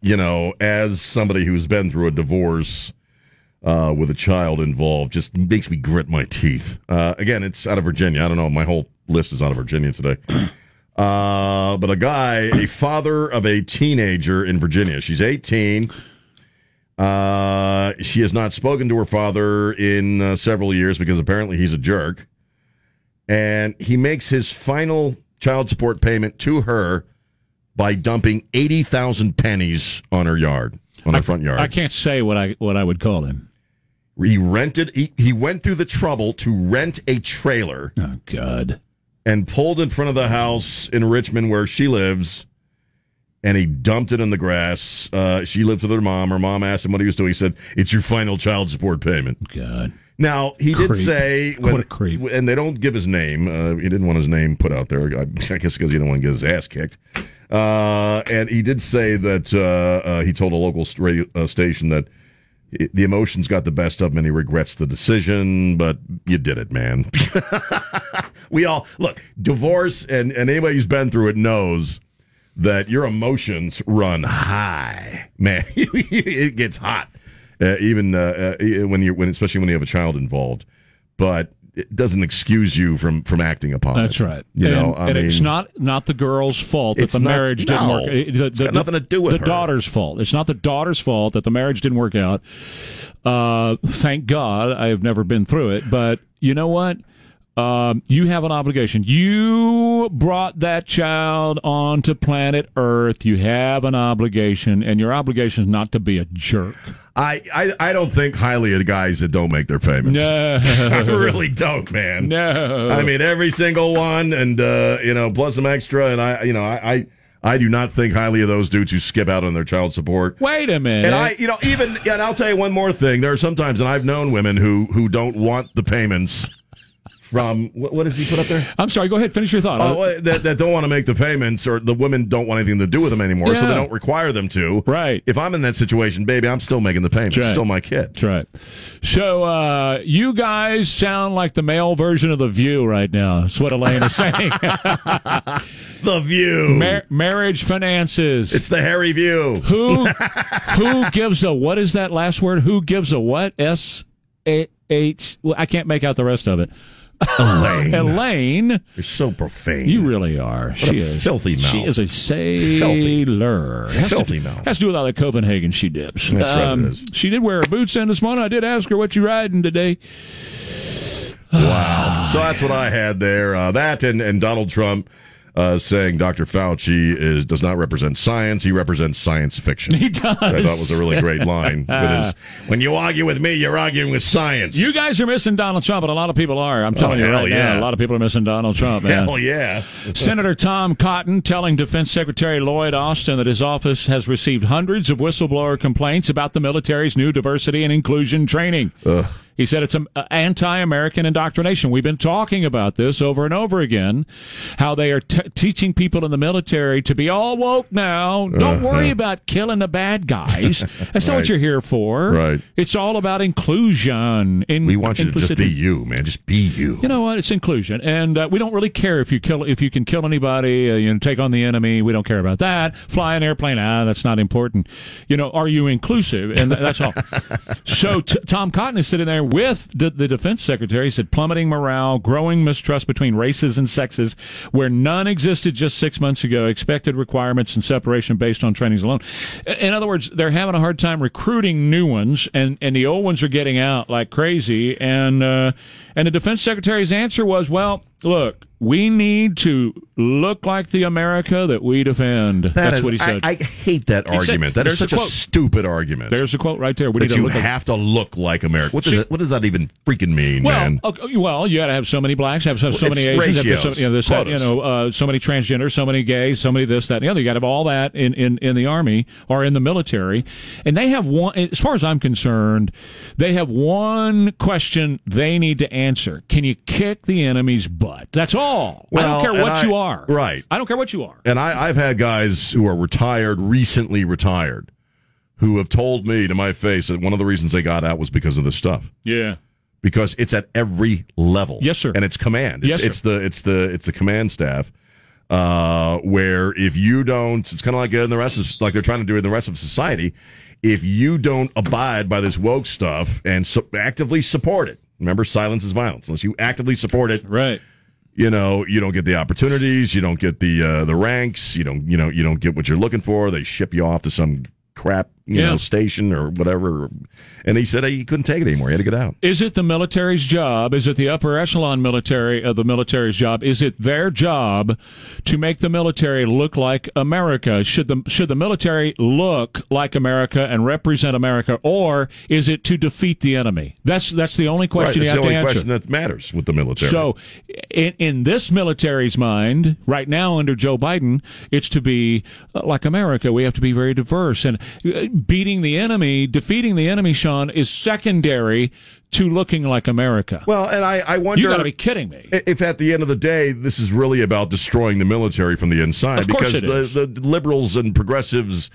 F: you know, as somebody who's been through a divorce uh, with a child involved, just makes me grit my teeth. Uh, again, it's out of Virginia. I don't know. My whole list is out of Virginia today. Uh, but a guy, a father of a teenager in Virginia. She's 18. Uh, she has not spoken to her father in uh, several years because apparently he's a jerk and he makes his final child support payment to her by dumping 80,000 pennies on her yard, on her front yard.
E: I can't say what I what I would call him.
F: He rented, he, he went through the trouble to rent a trailer
E: Oh God.
F: and pulled in front of the house in Richmond where she lives. And he dumped it in the grass. Uh, she lived with her mom. Her mom asked him what he was doing. He said, "It's your final child support payment."
E: God.
F: Now he did
E: Creep.
F: say,
E: What a creep.
F: and they don't give his name. Uh, he didn't want his name put out there. I, I guess because he didn't want to get his ass kicked. Uh, and he did say that uh, uh, he told a local st- radio uh, station that it- the emotions got the best of him and he regrets the decision. But you did it, man. we all look divorce, and and anybody who's been through it knows that your emotions run high, man. it gets hot, uh, even uh, uh, when you when especially when you have a child involved. But it doesn't excuse you from from acting upon it.
E: That's right.
F: You
E: and,
F: know, I
E: and
F: mean,
E: it's not not the girl's fault that
F: It's
E: the
F: not-
E: marriage didn't
F: no.
E: work. It- The,
F: It's got nothing to do with
E: the
F: her.
E: daughter's fault. It's not the daughter's fault that the marriage didn't work out. Uh, thank God I have never been through it, but you know what? Um, you have an obligation. You brought that child onto planet Earth. You have an obligation, and your obligation is not to be a jerk.
F: I, I I don't think highly of the guys that don't make their payments. I
E: No,
F: really don't, man.
E: no.
F: I mean, every single one, and uh, you know, plus some extra, and I, you know, I, I, I do not think highly of those dudes who skip out on their child support.
E: wait a minute.
F: And I, you know, even and I'll tell you one more thing. There are sometimes, and I've known women who who don't want the payments from what, what does he put up there?
E: I'm sorry. Go ahead. Finish your thought.
F: Oh, well, that, that don't want to make the payments, or the women don't want anything to do with them anymore, so
E: Yeah.
F: they don't require them to.
E: Right.
F: If I'm in that situation, baby, I'm still making the payments.
E: That's right.
F: Still my kid.
E: That's right. So uh, you guys sound like the male version of the View right now. That's what Elaine is saying.
F: The view.
E: Mar- marriage finances.
F: it's the hairy view.
E: who who gives a what is that last word? Who gives a what? S A H. Well, I can't make out the rest of it.
F: Elaine.
E: Elaine,
F: You're so profane.
E: you really are.
F: What
E: she
F: a
E: is
F: filthy mouth.
E: She is a sailor. Has to-
F: Filthy mouth.
E: Has to do with all the Copenhagen she dips. Um,
F: That's right, it is.
E: She did wear her boots in this morning. I did ask her what you riding today.
F: So that's what I had there. Uh, that and, and Donald Trump uh, saying Dr. Fauci is does not represent science; he represents science fiction.
E: He does.
F: I thought was a really great line. with his, when you argue with me, you're arguing with science.
E: You guys are missing Donald Trump, and a lot of people are. I'm telling
F: Oh,
E: you
F: hell
E: right
F: yeah.
E: now, a lot of people are missing Donald Trump. Man.
F: hell yeah!
E: Senator Tom Cotton telling Defense Secretary Lloyd Austin that his office has received hundreds of whistleblower complaints about the military's new diversity and inclusion training. He said it's an anti-American indoctrination. We've been talking about this over and over again, how they are t- teaching people in the military to be all woke now. Don't worry about killing the bad guys. That's not what
F: Uh-huh. Right.
E: you're here for.
F: Right.
E: It's all about inclusion. In-
F: We want you to just be
E: inclusivity.
F: you, man. Just be you.
E: You know what? It's inclusion, and uh, we don't really care if you kill if you can kill anybody, uh, you know, take on the enemy. We don't care about that. Fly an airplane, ah, that's not important. You know, are you inclusive? And tha- that's all. so t- Tom Cotton is sitting there with d- the defense secretary. He said plummeting morale, growing mistrust between races and sexes, where none existed just six months ago. Expected requirements and separation based on trainings alone. I- In other words, they're having a hard time recruiting new ones, and and the old ones are getting out like crazy, and. Uh, and the defense secretary's answer was, well, look, we need to look like the America that we defend. That's
F: is-
E: what he
F: I-
E: said.
F: I, hate that
E: He said-
F: argument. That is
E: there's the
F: such a
E: quote.
F: stupid argument.
E: There's a quote right there. We need
F: that
E: to
F: you
E: look like-
F: have to look like America. What does, that, what does that even freaking mean,
E: well,
F: man?
E: okay, well, you got to have so many blacks, have, have so
F: Well,
E: many
F: it's
E: Asians, have so,
F: ratios,
E: you know, this, that, you
F: quotas.
E: know uh, so many transgender, so many gays, so many this, that, and the other. You got to have all that in, in, in the army or in the military, and they have one. As far as I'm concerned, they have one question they need to answer: Can you kick the enemy's butt? That's all.
F: Well,
E: I don't
F: and
E: care what
F: I-
E: you are.
F: right.
E: I don't care what you are.
F: And I, I've had guys who are retired, recently retired, who have told me to my face that one of the reasons they got out was because of this stuff.
E: Yeah.
F: Because it's at every level.
E: Yes, sir.
F: And it's command. It's,
E: Yes, sir.
F: it's the it's the it's the command staff. Uh, where if you don't, it's kind of like in the rest of like they're trying to do in the rest of society. If you don't abide by this woke stuff and so actively support it, remember silence is violence. Unless you actively support it,
E: Right.
F: you know you don't get the opportunities you don't get the uh, the ranks you don't you know you don't get what you're looking for they ship you off to some crap you
E: Yeah.
F: know station or whatever and he said he couldn't take it anymore he had to get out
E: Is it the military's job? Is it the upper echelon military of the military's job? Is it their job to make the military look like America? Should the should the military look like America and represent America, or is it to defeat the enemy? That's that's the only question
F: right,
E: you
F: that's the
E: have
F: only
E: to answer.
F: question that matters with the military
E: So, in, in this military's mind, right now under Joe Biden, it's to be uh, like America. We have to be very diverse. And uh, beating the enemy, defeating the enemy, Sean, is secondary to looking like America.
F: well and i i wonder
E: you got to be kidding me.
F: if at the end of the day this is really about destroying the military from the inside
E: Of course
F: because
E: it is.
F: the, the liberals and progressives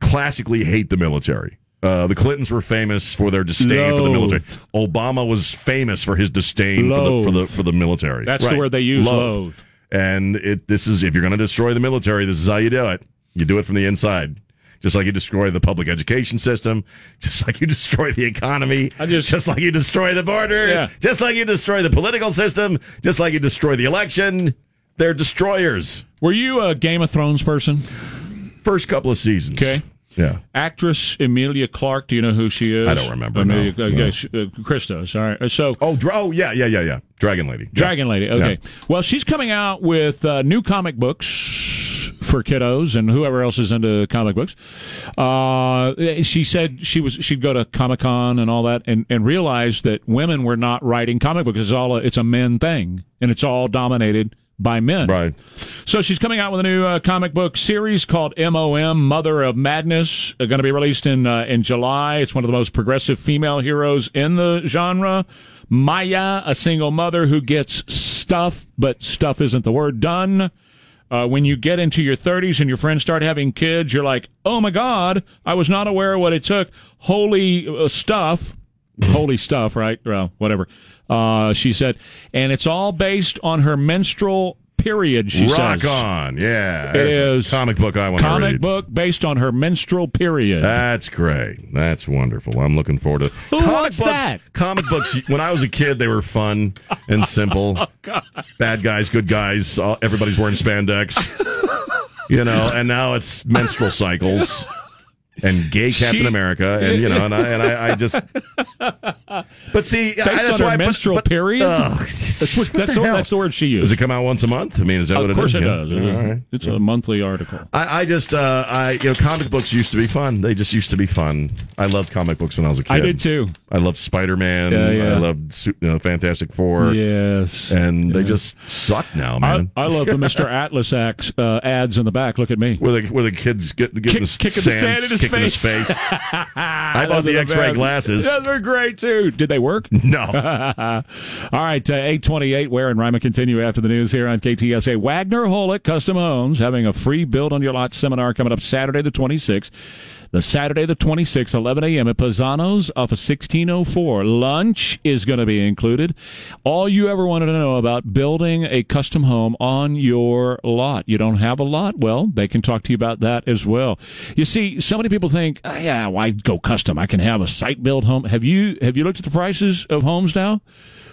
F: classically hate the military uh, the Clintons were famous for their disdain for the
E: Loathe.
F: military. Obama was famous for his disdain for the, for the
E: Loathe.
F: for the military.
E: That's the word they use, loathe.
F: And it, this is if you're going to destroy the military, this is how you do it. You do it from the inside, just like you destroy the public education system, just like you destroy the economy,
E: I just-
F: just like you destroy the border,
E: Yeah.
F: just like you destroy the political system, just like you destroy the election. They're destroyers.
E: Were you a Game of Thrones person?
F: First couple of seasons.
E: Okay.
F: Yeah.
E: Actress Emilia Clark. Do you know who she is?
F: I don't remember,
E: Emilia,
F: no.
E: okay,
F: No.
E: she- uh, Chris does. All right. So,
F: Oh, dra- oh yeah, yeah, yeah, yeah. Dragon Lady. Yeah.
E: Dragon Lady. Okay.
F: Yeah.
E: Well, she's coming out with uh, new comic books for kiddos and whoever else is into comic books. Uh, she said she was she'd go to Comic Con and all that and and realized that women were not writing comic books. It's all a, it's a men thing and it's all dominated by men.
F: Right.
E: So she's coming out with a new uh, comic book series called MOM, Mother of Madness, uh, going to be released in uh, in July. It's one of the most progressive female heroes in the genre. Maya, a single mother who gets stuff, but stuff isn't the word done. Uh, when you get into your 30s and your friends start having kids, you're like, oh my God, I was not aware of what it took. Holy uh, stuff. Holy stuff, right? Well, whatever. Uh, she said. And it's all based on her menstrual period, she
F: Rock
E: says.
F: on. Yeah.
E: It
F: There's a
E: is.
F: comic book I want to read. Uh,
E: Comic book based on her menstrual period.
F: That's great. That's wonderful. I'm looking forward to it.
E: Who wants
F: books,
E: that?
F: Comic books. When I was a kid, they were fun and simple.
E: Oh,
F: Bad guys, good guys. all- everybody's wearing spandex. you know, and now it's menstrual cycles. and gay Captain
E: She-
F: America, and you know, and I and I, I just. But see, I,
E: Based
F: that's
E: on her
F: why. but-
E: menstrual
F: but-
E: period?
F: Ugh.
E: That's, what, that's,
F: the
E: the,
F: hell?
E: that's the word she used.
F: Does it come out once a month? I mean, is that what
E: of course it,
F: Yeah.
E: does.
F: All right.
E: It's a monthly article.
F: I, I just, uh, I you know, comic books used to be fun. They just used to be fun. I loved comic books when I was a kid.
E: I did too.
F: I loved Spider Man.
E: Yeah, yeah.
F: I loved Su- you know, Fantastic Four.
E: Yes.
F: And they just suck now,
E: I,
F: man.
E: I love the Mr. Atlas acts, uh, ads in the back. Look at me.
F: where the where the kids get get the
E: Kick-
F: s-
E: kicking the sand in his
F: kicking
E: face.
F: I bought the X-ray glasses.
E: Yeah, they're great too. Did they work?
F: No,
E: All right, uh, 828, Where and Ryman continue after the news here on KTSA. Wagner Holick Custom Homes having a free Build on Your Lot seminar coming up Saturday the 26th. The Saturday the 26th, 11 a.m. at Pisano's off of 1604. Lunch is going to be included. All you ever wanted to know about building a custom home on your lot. You don't have a lot? Well, they can talk to you about that as well. You see, so many people think, "Ah, yeah, why go custom? I can have a site built home. Have you, have you looked at the prices of homes now?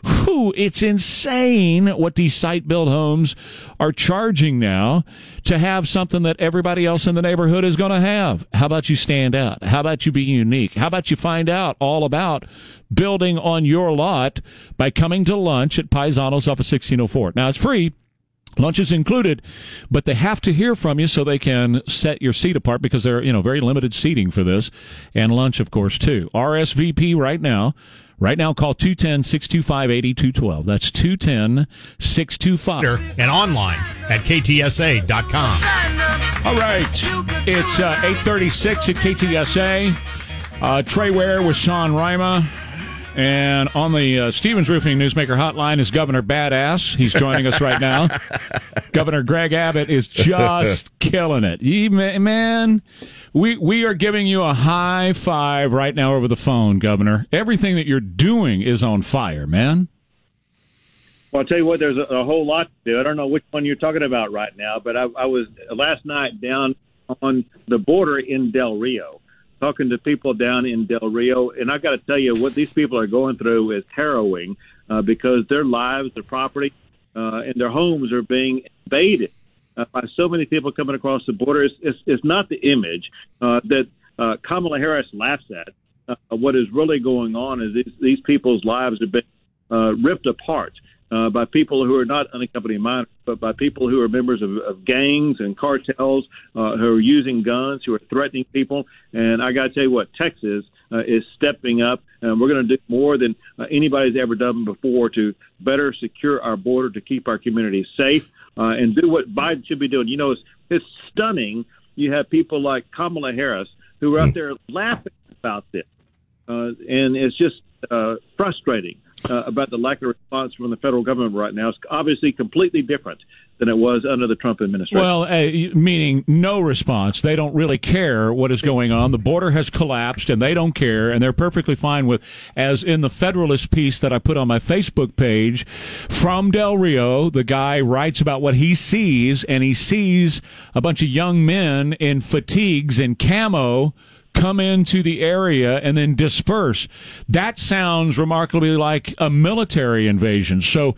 E: Whew, it's insane what these site built homes are charging now to have something that everybody else in the neighborhood is going to have. How about you stand out? How about you be unique? How about you find out all about building on your lot by coming to lunch at Paisano's off of 1604? Now it's free. Lunch is included, but they have to hear from you so they can set your seat apart because there are, you know, very limited seating for this. And lunch, of course, too. RSVP right now. Right now, call 210-625-8212. That's 210-625.
I: and online at ktsa.com.
E: All right. It's uh, 836 at KTSA. Uh, Trey Ware with Sean Rima. And on the uh, Stevens Roofing Newsmaker hotline is Governor Badass. He's joining us right now. Governor Greg Abbott is just killing it. He, ma- man, we, we are giving you a high five right now over the phone, Governor. Everything that you're doing is on fire, man.
J: Well, I'll tell you what, there's a, a whole lot to do. I don't know which one you're talking about right now, but I, I was last night down on the border in Del Rio, talking to people down in Del Rio, and I've got to tell you what these people are going through is harrowing uh, because their lives, their property, uh, and their homes are being invaded uh, by so many people coming across the border. It's, it's, it's not the image uh, that uh, Kamala Harris laughs at. Uh, what is really going on is these, these people's lives have been uh, ripped apart uh, by people who are not unaccompanied minors, but by people who are members of, of gangs and cartels uh, who are using guns, who are threatening people. And I got to tell you what, Texas uh, is stepping up, and we're going to do more than uh, anybody's ever done before to better secure our border, to keep our communities safe, uh, and do what Biden should be doing. You know, it's, it's stunning. You have people like Kamala Harris who are out there laughing about this uh, and it's just uh, frustrating uh, about the lack of response from the federal government right now. It's obviously completely different than it was under the Trump administration.
E: Well, uh, meaning no response. They don't really care what is going on. The border has collapsed, and they don't care, and they're perfectly fine with, as in the Federalist piece that I put on my Facebook page from Del Rio. The guy writes about what he sees, and he sees a bunch of young men in fatigues and camo come into the area and then disperse. That sounds remarkably like a military invasion. So,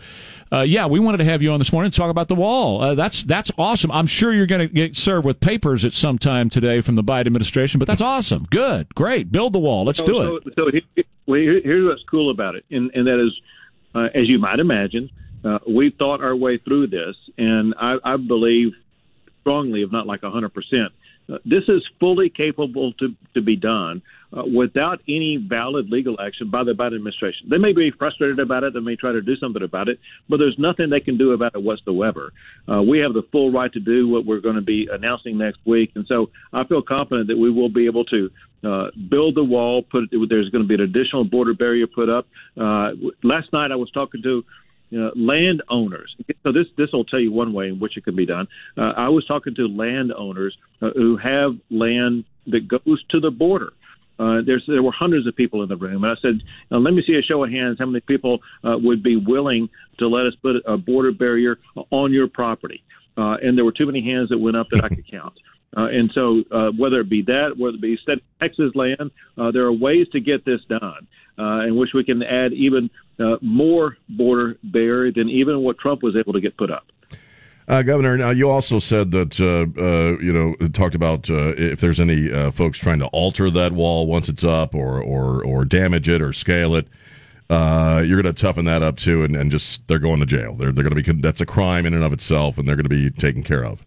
E: uh, yeah, we wanted to have you on this morning to talk about the wall. Uh, that's that's awesome. I'm sure you're going to get served with papers at some time today from the Biden administration, but that's awesome. Good, great. Build the wall. Let's do it.
J: So, so here, well, here- here's what's cool about it, and, and that is, uh, as you might imagine, uh, we thought our way through this, and I, I believe strongly, if not like 100%, uh, this is fully capable to, to be done uh, without any valid legal action by the Biden administration. They may be frustrated about it, they may try to do something about it, but there's nothing they can do about it whatsoever. Uh, we have the full right to do what we're going to be announcing next week, and so I feel confident that we will be able to uh, build the wall. Put there's going to be an additional border barrier put up. Uh, w- last night I was talking to you know, landowners. So this this will tell you one way in which it can be done. Uh, I was talking to landowners uh, who have land that goes to the border. Uh, there's there were hundreds of people in the room, and I said, now, "Let me see a show of hands. How many people uh, would be willing to let us put a border barrier on your property?" Uh, and there were too many hands that went up that I could count. Uh, and so, uh, whether it be that, whether it be state- Texas land, uh, there are ways to get this done, uh, in which we can add even uh, more border barrier than even what Trump was able to get put up.
F: Uh, Governor, now you also said that uh, uh, you know talked about uh, if there's any uh, folks trying to alter that wall once it's up, or or or damage it, or scale it. Uh, you're going to toughen that up too, and, and just they're going to jail. They're they're going to be con- that's a crime in and of itself, and they're going to be taken care of.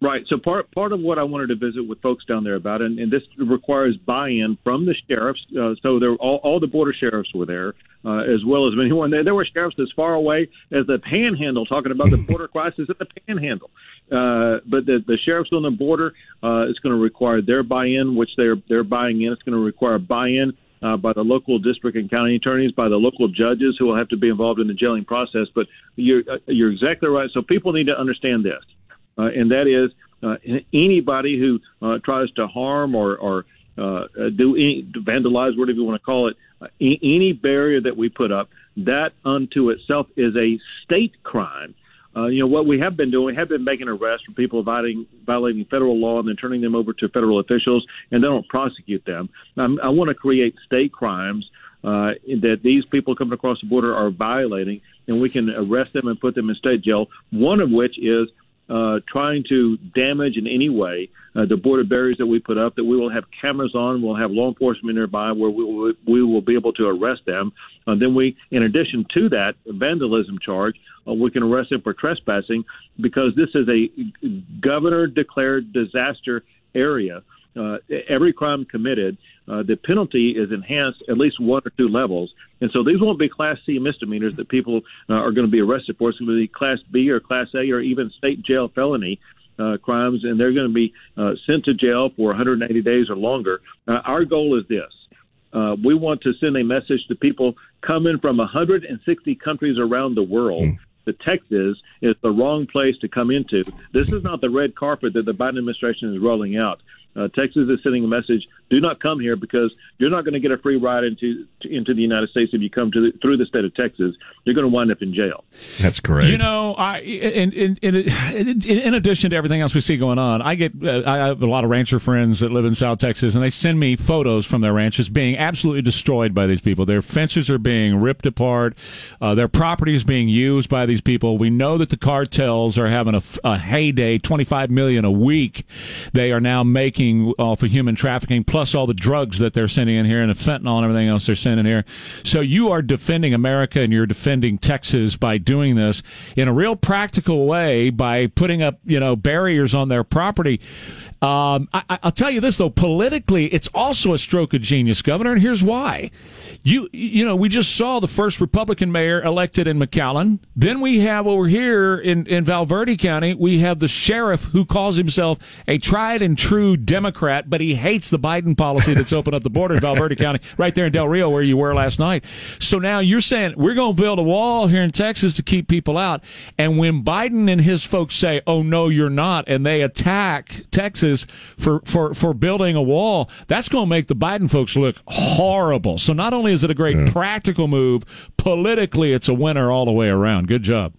E: Right. So part part of what I wanted to visit with folks down there about, and, and this requires buy-in from the sheriffs. Uh, so there, all, all the border sheriffs were there, uh, as well as many one. There, there were sheriffs as far away as the Panhandle, talking about the border crisis at the Panhandle. Uh, but the, the sheriffs on the border, uh, it's going to require their buy-in, which they're they're buying in. It's going to require buy-in uh, by the local district and county attorneys, by the local judges who will have to be involved in the jailing process. But you're uh, you're exactly right. So people need to understand this, uh, and that is uh, anybody who uh, tries to harm or or uh, do any, vandalize, whatever you want to call it, uh, a- any barrier that we put up, that unto itself is a state crime. Uh, you know what we have been doing. We have been making arrests for people violating violating federal law and then turning them over to federal officials, and they don't prosecute them. Um, I want to create state crimes uh, that these people coming across the border are violating, and we can arrest them and put them in state jail. One of which is uh, trying to damage in any way uh, the border barriers that we put up, that we will have cameras on, we'll have law enforcement nearby where we will, we will be able to arrest them. And then we, in addition to that vandalism charge, uh, we can arrest them for trespassing because this is a governor declared disaster area. Uh, every crime committed, uh, the penalty is enhanced at least one or two levels. And so these won't be Class C misdemeanors that people uh, are going to be arrested for. It's going to be Class B or Class A or even state jail felony uh, crimes, and they're going to be uh, sent to jail for 180 days or longer. Uh, our goal is this. Uh, we want to send a message to people coming from 160 countries around the world that Texas is the wrong place to come into. This is not the red carpet that the Biden administration is rolling out. Uh, Texas is sending a message: Do not come here because you're not going to get a free ride into to, into the United States if you come to the, through the state of Texas. You're going to wind up in jail.
F: That's correct.
I: You know, I in in, in in in addition to everything else we see going on, I get uh, I have a lot of rancher friends that live in South Texas, and they send me photos from their ranches being absolutely destroyed by these people. Their fences are being ripped apart, uh, their property is being used by these people. We know that the cartels are having a, f- a heyday, twenty five million a week. They are now making off of human trafficking, plus all the drugs that they're sending in here and the fentanyl and everything else they're sending here. So you are defending America and you're defending Texas by doing this in a real practical way by putting up, you know, barriers on their property. Um, I, I- I'll tell you this though, politically, it's also a stroke of genius, Governor, and here's why. You, you know, we just saw the first Republican mayor elected in McAllen. Then we have over here in, in Valverde County, we have the sheriff who calls himself a tried and true Democrat, but he hates the Biden policy that's opened up the border in Valverde County, right there in Del Rio, where you were last night. So now you're saying we're going to build a wall here in Texas to keep people out. And when Biden and his folks say, "Oh no, you're not," and they attack Texas for for for building a wall, that's going to make the Biden folks look horrible. So not only is it a great practical move, politically it's a winner all the way around. Good job.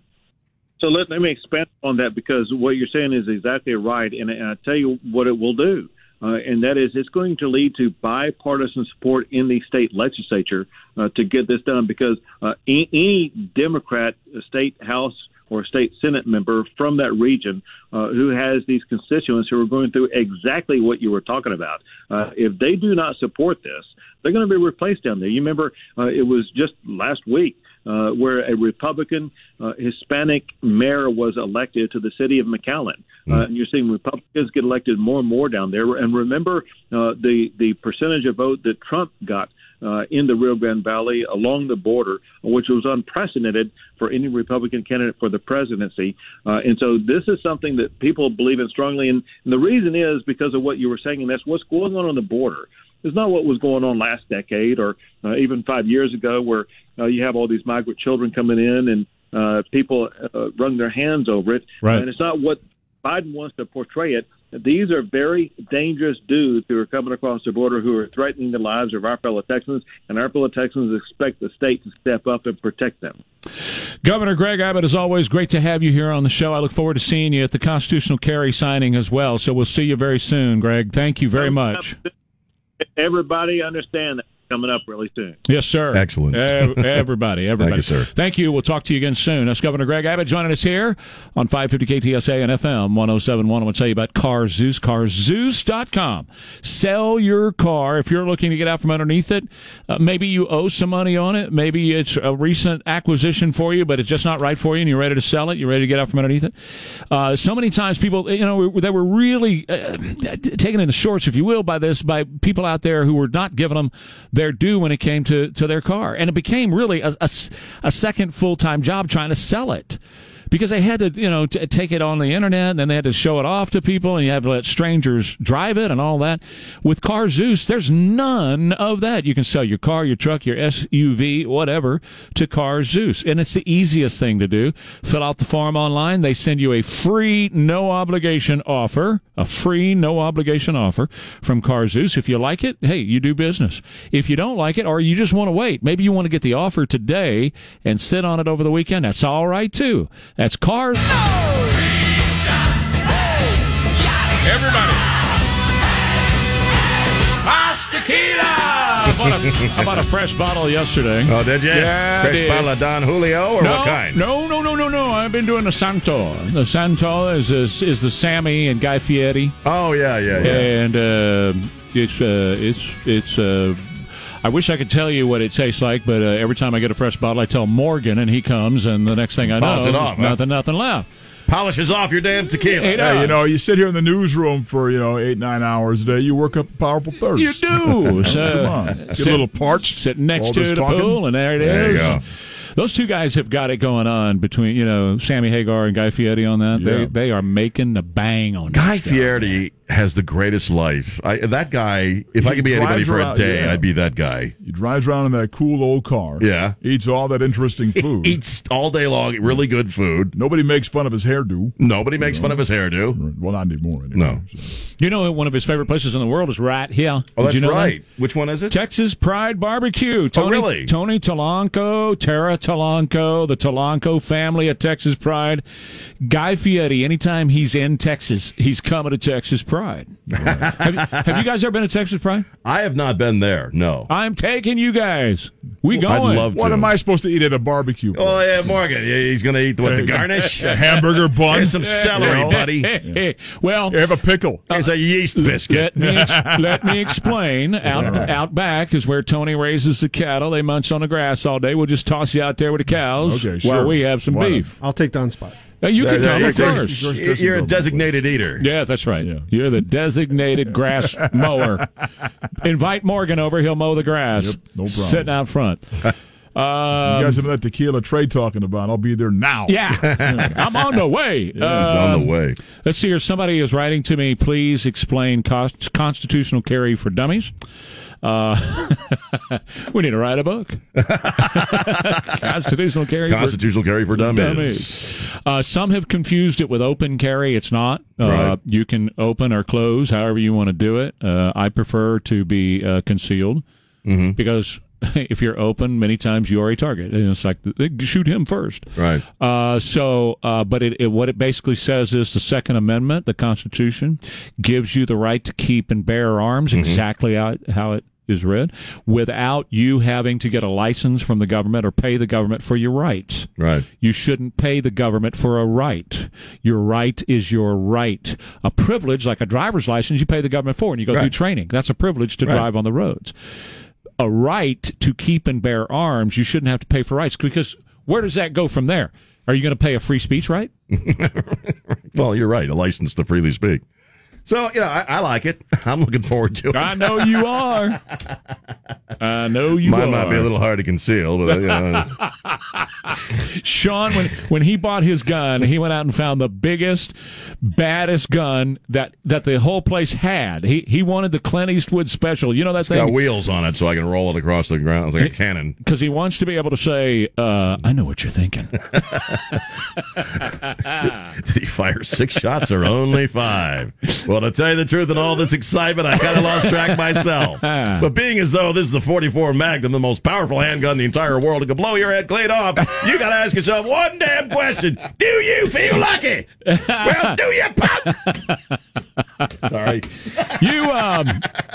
E: So let, let me expand on that because what you're saying is exactly right, and, and I tell you what it will do, uh, and that is it's going to lead to bipartisan support in the state legislature uh, to get this done because uh, any, any Democrat uh, state house or state senate member from that region uh, who has these constituents who are going through exactly what you were talking about. Uh, if they do not support this, they're going to be replaced down there. You remember uh, it was just last week uh, where a Republican uh, Hispanic mayor was elected to the city of McAllen. Uh, and you're seeing Republicans get elected more and more down there. And remember uh, the the percentage of vote that Trump got uh, in the Rio Grande Valley along the border, which was unprecedented for any Republican candidate for the presidency. Uh, and so this is something that people believe in strongly. And, and the reason is because of what you were saying, and that's what's going on on the border. It's not what was going on last decade or uh, even five years ago, where uh, you have all these migrant children coming in and uh, people uh, wrung their hands over it.
I: Right.
E: And it's not what Biden wants to portray it. These are very dangerous dudes who are coming across the border who are threatening the lives of our fellow Texans, and our fellow Texans expect the state to step up and protect them.
I: Governor Greg Abbott, as always, great to have you here on the show. I look forward to seeing you at the constitutional carry signing as well. So we'll see you very soon, Greg. Thank you very much.
E: Everybody understand that. coming up really soon.
I: Yes, sir.
F: Excellent.
I: Ev- everybody, everybody.
F: Thank you, sir.
I: Thank you. We'll talk to you again soon. That's Governor Greg Abbott joining us here on 550 KTSA and FM 1071. I want to tell you about Car Zeus, carzeus.com. Sell your car. If you're looking to get out from underneath it, uh, maybe you owe some money on it. Maybe it's a recent acquisition for you, but it's just not right for you and you're ready to sell it. You're ready to get out from underneath it. Uh, so many times people, you know, they were really uh, taken in the shorts, if you will, by this, by people out there who were not giving them their due when it came to, to their car. And it became really a, a s- a second full time job trying to sell it. Because they had to, you know, t- take it on the internet, and then they had to show it off to people, and you had to let strangers drive it, and all that. With Car Zeus, there's none of that. You can sell your car, your truck, your SUV, whatever, to Car Zeus, and it's the easiest thing to do. Fill out the form online. They send you a free, no obligation offer, a free, no obligation offer from Car Zeus. If you like it, hey, you do business. If you don't like it, or you just want to wait, maybe you want to get the offer today and sit on it over the weekend. That's all right too. That's Car.
K: Everybody.
I: What a- How about a fresh bottle yesterday?
F: Oh, did you?
I: Yeah, I
F: Fresh
I: did.
F: bottle of Don Julio or
I: no,
F: what kind?
I: No, no, no, no, no. I've been doing the Santo. The Santo is is, is the Sammy and Guy Fieri,
F: Oh yeah, yeah, yeah.
I: and uh, it's uh, it's it's. Uh, I wish I could tell you what it tastes like, but uh, every time I get a fresh bottle, I tell Morgan, and he comes, and the next thing I know,
F: Bottles it
I: there's
F: off, huh?
I: nothing, nothing left.
F: Polishes off your damn tequila.
I: It
G: Hey, you
I: does.
G: know, you sit here in the newsroom for you know eight nine hours a day. You work up a powerful thirst.
I: You do. So, uh,
G: Come on. Get a little parched.
I: Sitting next
G: All
I: to
G: this
I: the
G: talking.
I: pool, and there it is.
F: There you go.
I: Those two guys have got it going on between you know Sammy Hagar and Guy Fieri on that. They
G: Yeah.
I: they are making the bang on
F: Guy
I: this stuff.
F: Fieri has the greatest life. I, that guy, if I could be
G: drives
F: anybody for a
G: around,
F: day,
G: yeah.
F: I'd be that guy.
G: He drives around in that cool old car.
F: Yeah.
G: Eats all that interesting food.
F: Eats all day long, really good food.
G: Nobody makes fun of his hairdo.
F: Nobody makes fun of his hairdo.
G: Well, not anymore. Anyway.
F: No.
I: You know one of his favorite places in the world is right here.
F: Oh,
I: Did
F: that's
I: you know that?
F: right. Which one is it?
I: Texas Pride Barbecue. Tony,
F: Oh, really?
I: Tony Talanco, Tara Talanco, the Talanco family at Texas Pride. Guy Fieri, anytime he's in Texas, he's coming to Texas Pride. have, you, have you guys ever been to Texas Pride?
F: I have not been there. No.
I: I'm taking you guys. We
F: I'd
I: going.
F: love
G: What
F: to.
G: am I supposed to eat at a barbecue?
F: Oh yeah, Morgan. Yeah, he's gonna eat what the garnish.
G: A hamburger bun.
F: Here's some celery,
G: Yeah.
F: buddy.
I: Hey, hey, well,
G: You have a pickle.
I: Uh,
F: Here's a yeast biscuit.
I: let me ex- let me explain. Out out back is where Tony raises the cattle. They munch on the grass all day. We'll just toss you out there with the cows
G: Okay, sure.
I: while we have some
G: Why not?
I: beef.
A: I'll take Don's spot.
I: Uh, you
F: There-
I: can
F: there
I: come
F: you
I: of
F: go.
I: course.
G: George
F: Y- You're a
G: Christensen built that
F: designated eater.
I: Yeah, that's right. You're the designated grass mower. Invite Morgan over; he'll mow the grass.
G: Yep, no problem.
I: Sitting out front. Uh,
G: you guys have that tequila Trey talking about. I'll be there now.
I: yeah, I'm on the way.
F: It's
I: Um,
F: on the way.
I: Let's see here. Somebody is writing to me. Please explain cost- constitutional carry for dummies. Uh, we need to write a book. constitutional carry for
F: Constitutional carry for dummies.
I: uh, some have confused it with open carry. It's not. Uh,
F: Right.
I: You can open or close however you want to do it. Uh, I prefer to be uh, concealed because if you're open, many times you are a target. And it's like they shoot him first.
F: Right.
I: Uh, so, uh, but it, it, what it basically says is the Second Amendment, the Constitution, gives you the right to keep and bear arms exactly how, how it is read, without you having to get a license from the government or pay the government for your rights.
F: Right.
I: You shouldn't pay the government for a right. Your right is your right. A privilege, like a driver's license, you pay the government for, and you go through
F: Right.
I: training. That's a privilege to drive on the roads. A right to keep and bear arms, you shouldn't have to pay for rights because where does that go from there? Are you going to pay a free speech right?
F: Well, you're right. A license to freely speak. So you know, I, I like it. I'm looking forward to it.
I: I know you are. I know you are.
F: Mine might be a little hard to conceal, but uh, you know,
I: Sean, when, when he bought his gun, he went out and found the biggest, baddest gun that, that the whole place had. He he wanted the Clint Eastwood special. You know that
F: it's got
I: thing?
F: wheels on it, so I can roll it across the ground It's like a cannon.
I: Because he wants to be able to say, uh, I know what you're thinking.
F: Did he fire six shots or only five? Well, to tell you the truth, in all this excitement, I kind of lost track myself. But being as though this is the 44 Magnum, the most powerful handgun in the entire world, it could blow your head clean off, you got to ask yourself one damn question: Do you feel lucky? Well, do you, pop? Sorry,
I: You um,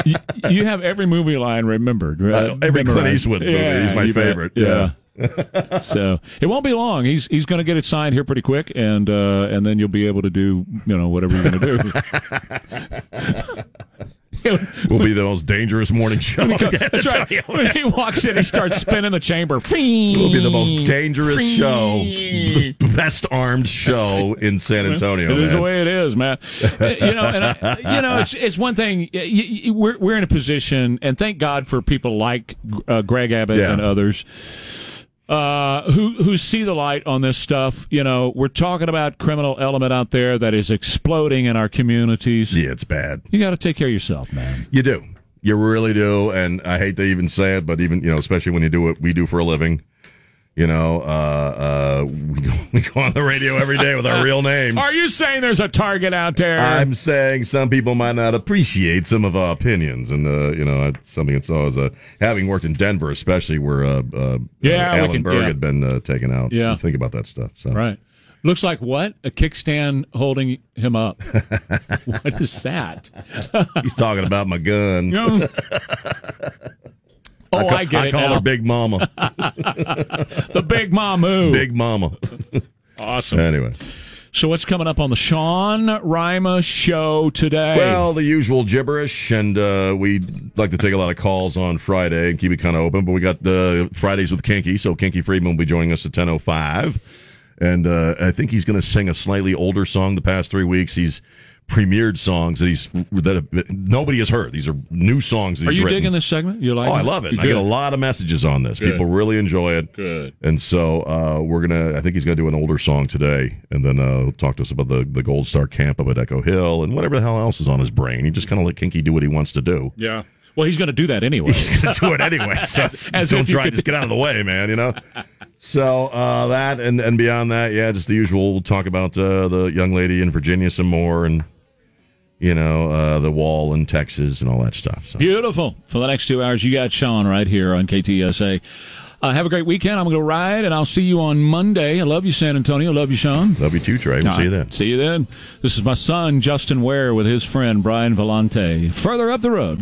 I: you, you have every movie line remembered.
F: Uh, every Clint
I: memorized.
F: Eastwood movie. He's my
I: you bet.
F: favorite.
I: Yeah. so it won't be long. He's he's going to get it signed here pretty quick, and uh, and then you'll be able to do you know whatever you're going to do.
F: we'll be the most dangerous morning show.
I: Oh, That's right. When he walks in, he starts spinning the chamber.
F: It'll be the most dangerous show, b- best armed show in San Antonio.
I: It is the
F: man.
I: way it is, man. Eh, you know, and I, you know, it's it's one thing. y- y- y- We're we're in a position, and thank God for people like uh, Greg Abbott
F: Yeah.
I: and others. Uh, who who see the light on this stuff? You know, we're talking about criminal element out there that is exploding in our communities.
F: Yeah, it's bad.
I: You got to take care of yourself, man.
F: You do. You really do. And I hate to even say it, but even, you know, especially when you do what we do for a living, you know, uh, uh, we, go, we go on the radio every day with our real names.
I: Are you saying there's a target out there?
F: I'm saying some people might not appreciate some of our opinions, and uh, you know that's something that's always uh, having worked in Denver, especially where uh, uh,
I: Yeah, we
F: Alan
I: can-
F: Berg
I: yeah.
F: had been uh, taken out.
I: Yeah.
F: You think about that stuff. So.
I: Right. Looks like what? A kickstand holding him up. what is that?
F: He's talking about my gun.
I: oh, I, get
F: I
I: it
F: call
I: now.
F: her Big Mama.
I: the Big Mamu.
F: Big Mama.
I: Awesome.
F: anyway.
I: So what's coming up on the Sean Rima show today?
F: Well, the usual gibberish, and uh, we like to take a lot of calls on Friday and keep it kind of open. But we got uh, Fridays with Kinky, so Kinky Friedman will be joining us at ten oh five, and uh, I think he's going to sing a slightly older song. The past three weeks, he's premiered songs that he's that have- nobody has heard. These are new songs. That
I: are
F: he's
I: you
F: written.
I: digging this segment? You like?
F: Oh, I love it. And I get a lot of messages on this. People really enjoy it.
I: Good.
F: And so uh, we're gonna. I think he's gonna do an older song today, and then uh, he'll talk to us about the the Gold Star Camp up at Echo Hill and whatever the hell else is on his brain. He just kind of let Kinky do what he wants to do.
I: Yeah. Well, he's going to do that anyway.
F: He's gonna do it anyway. So
I: as
F: don't
I: if you
F: try.
I: could-
F: Just get out of the way, man. You know. So uh, that and and beyond that, yeah, just the usual. We'll talk about uh, the young lady in Virginia some more, and you know uh, the wall in Texas and all that stuff. So.
I: Beautiful. For the next two hours, you got Sean right here on KTSA. Uh, have a great weekend. I'm going to ride, and I'll see you on Monday. I love you, San Antonio. I love you, Sean.
F: Love you too, Trey. We'll see you then.
I: See you then. This is my son, Justin Ware, with his friend, Brian Vellante. Further up the road.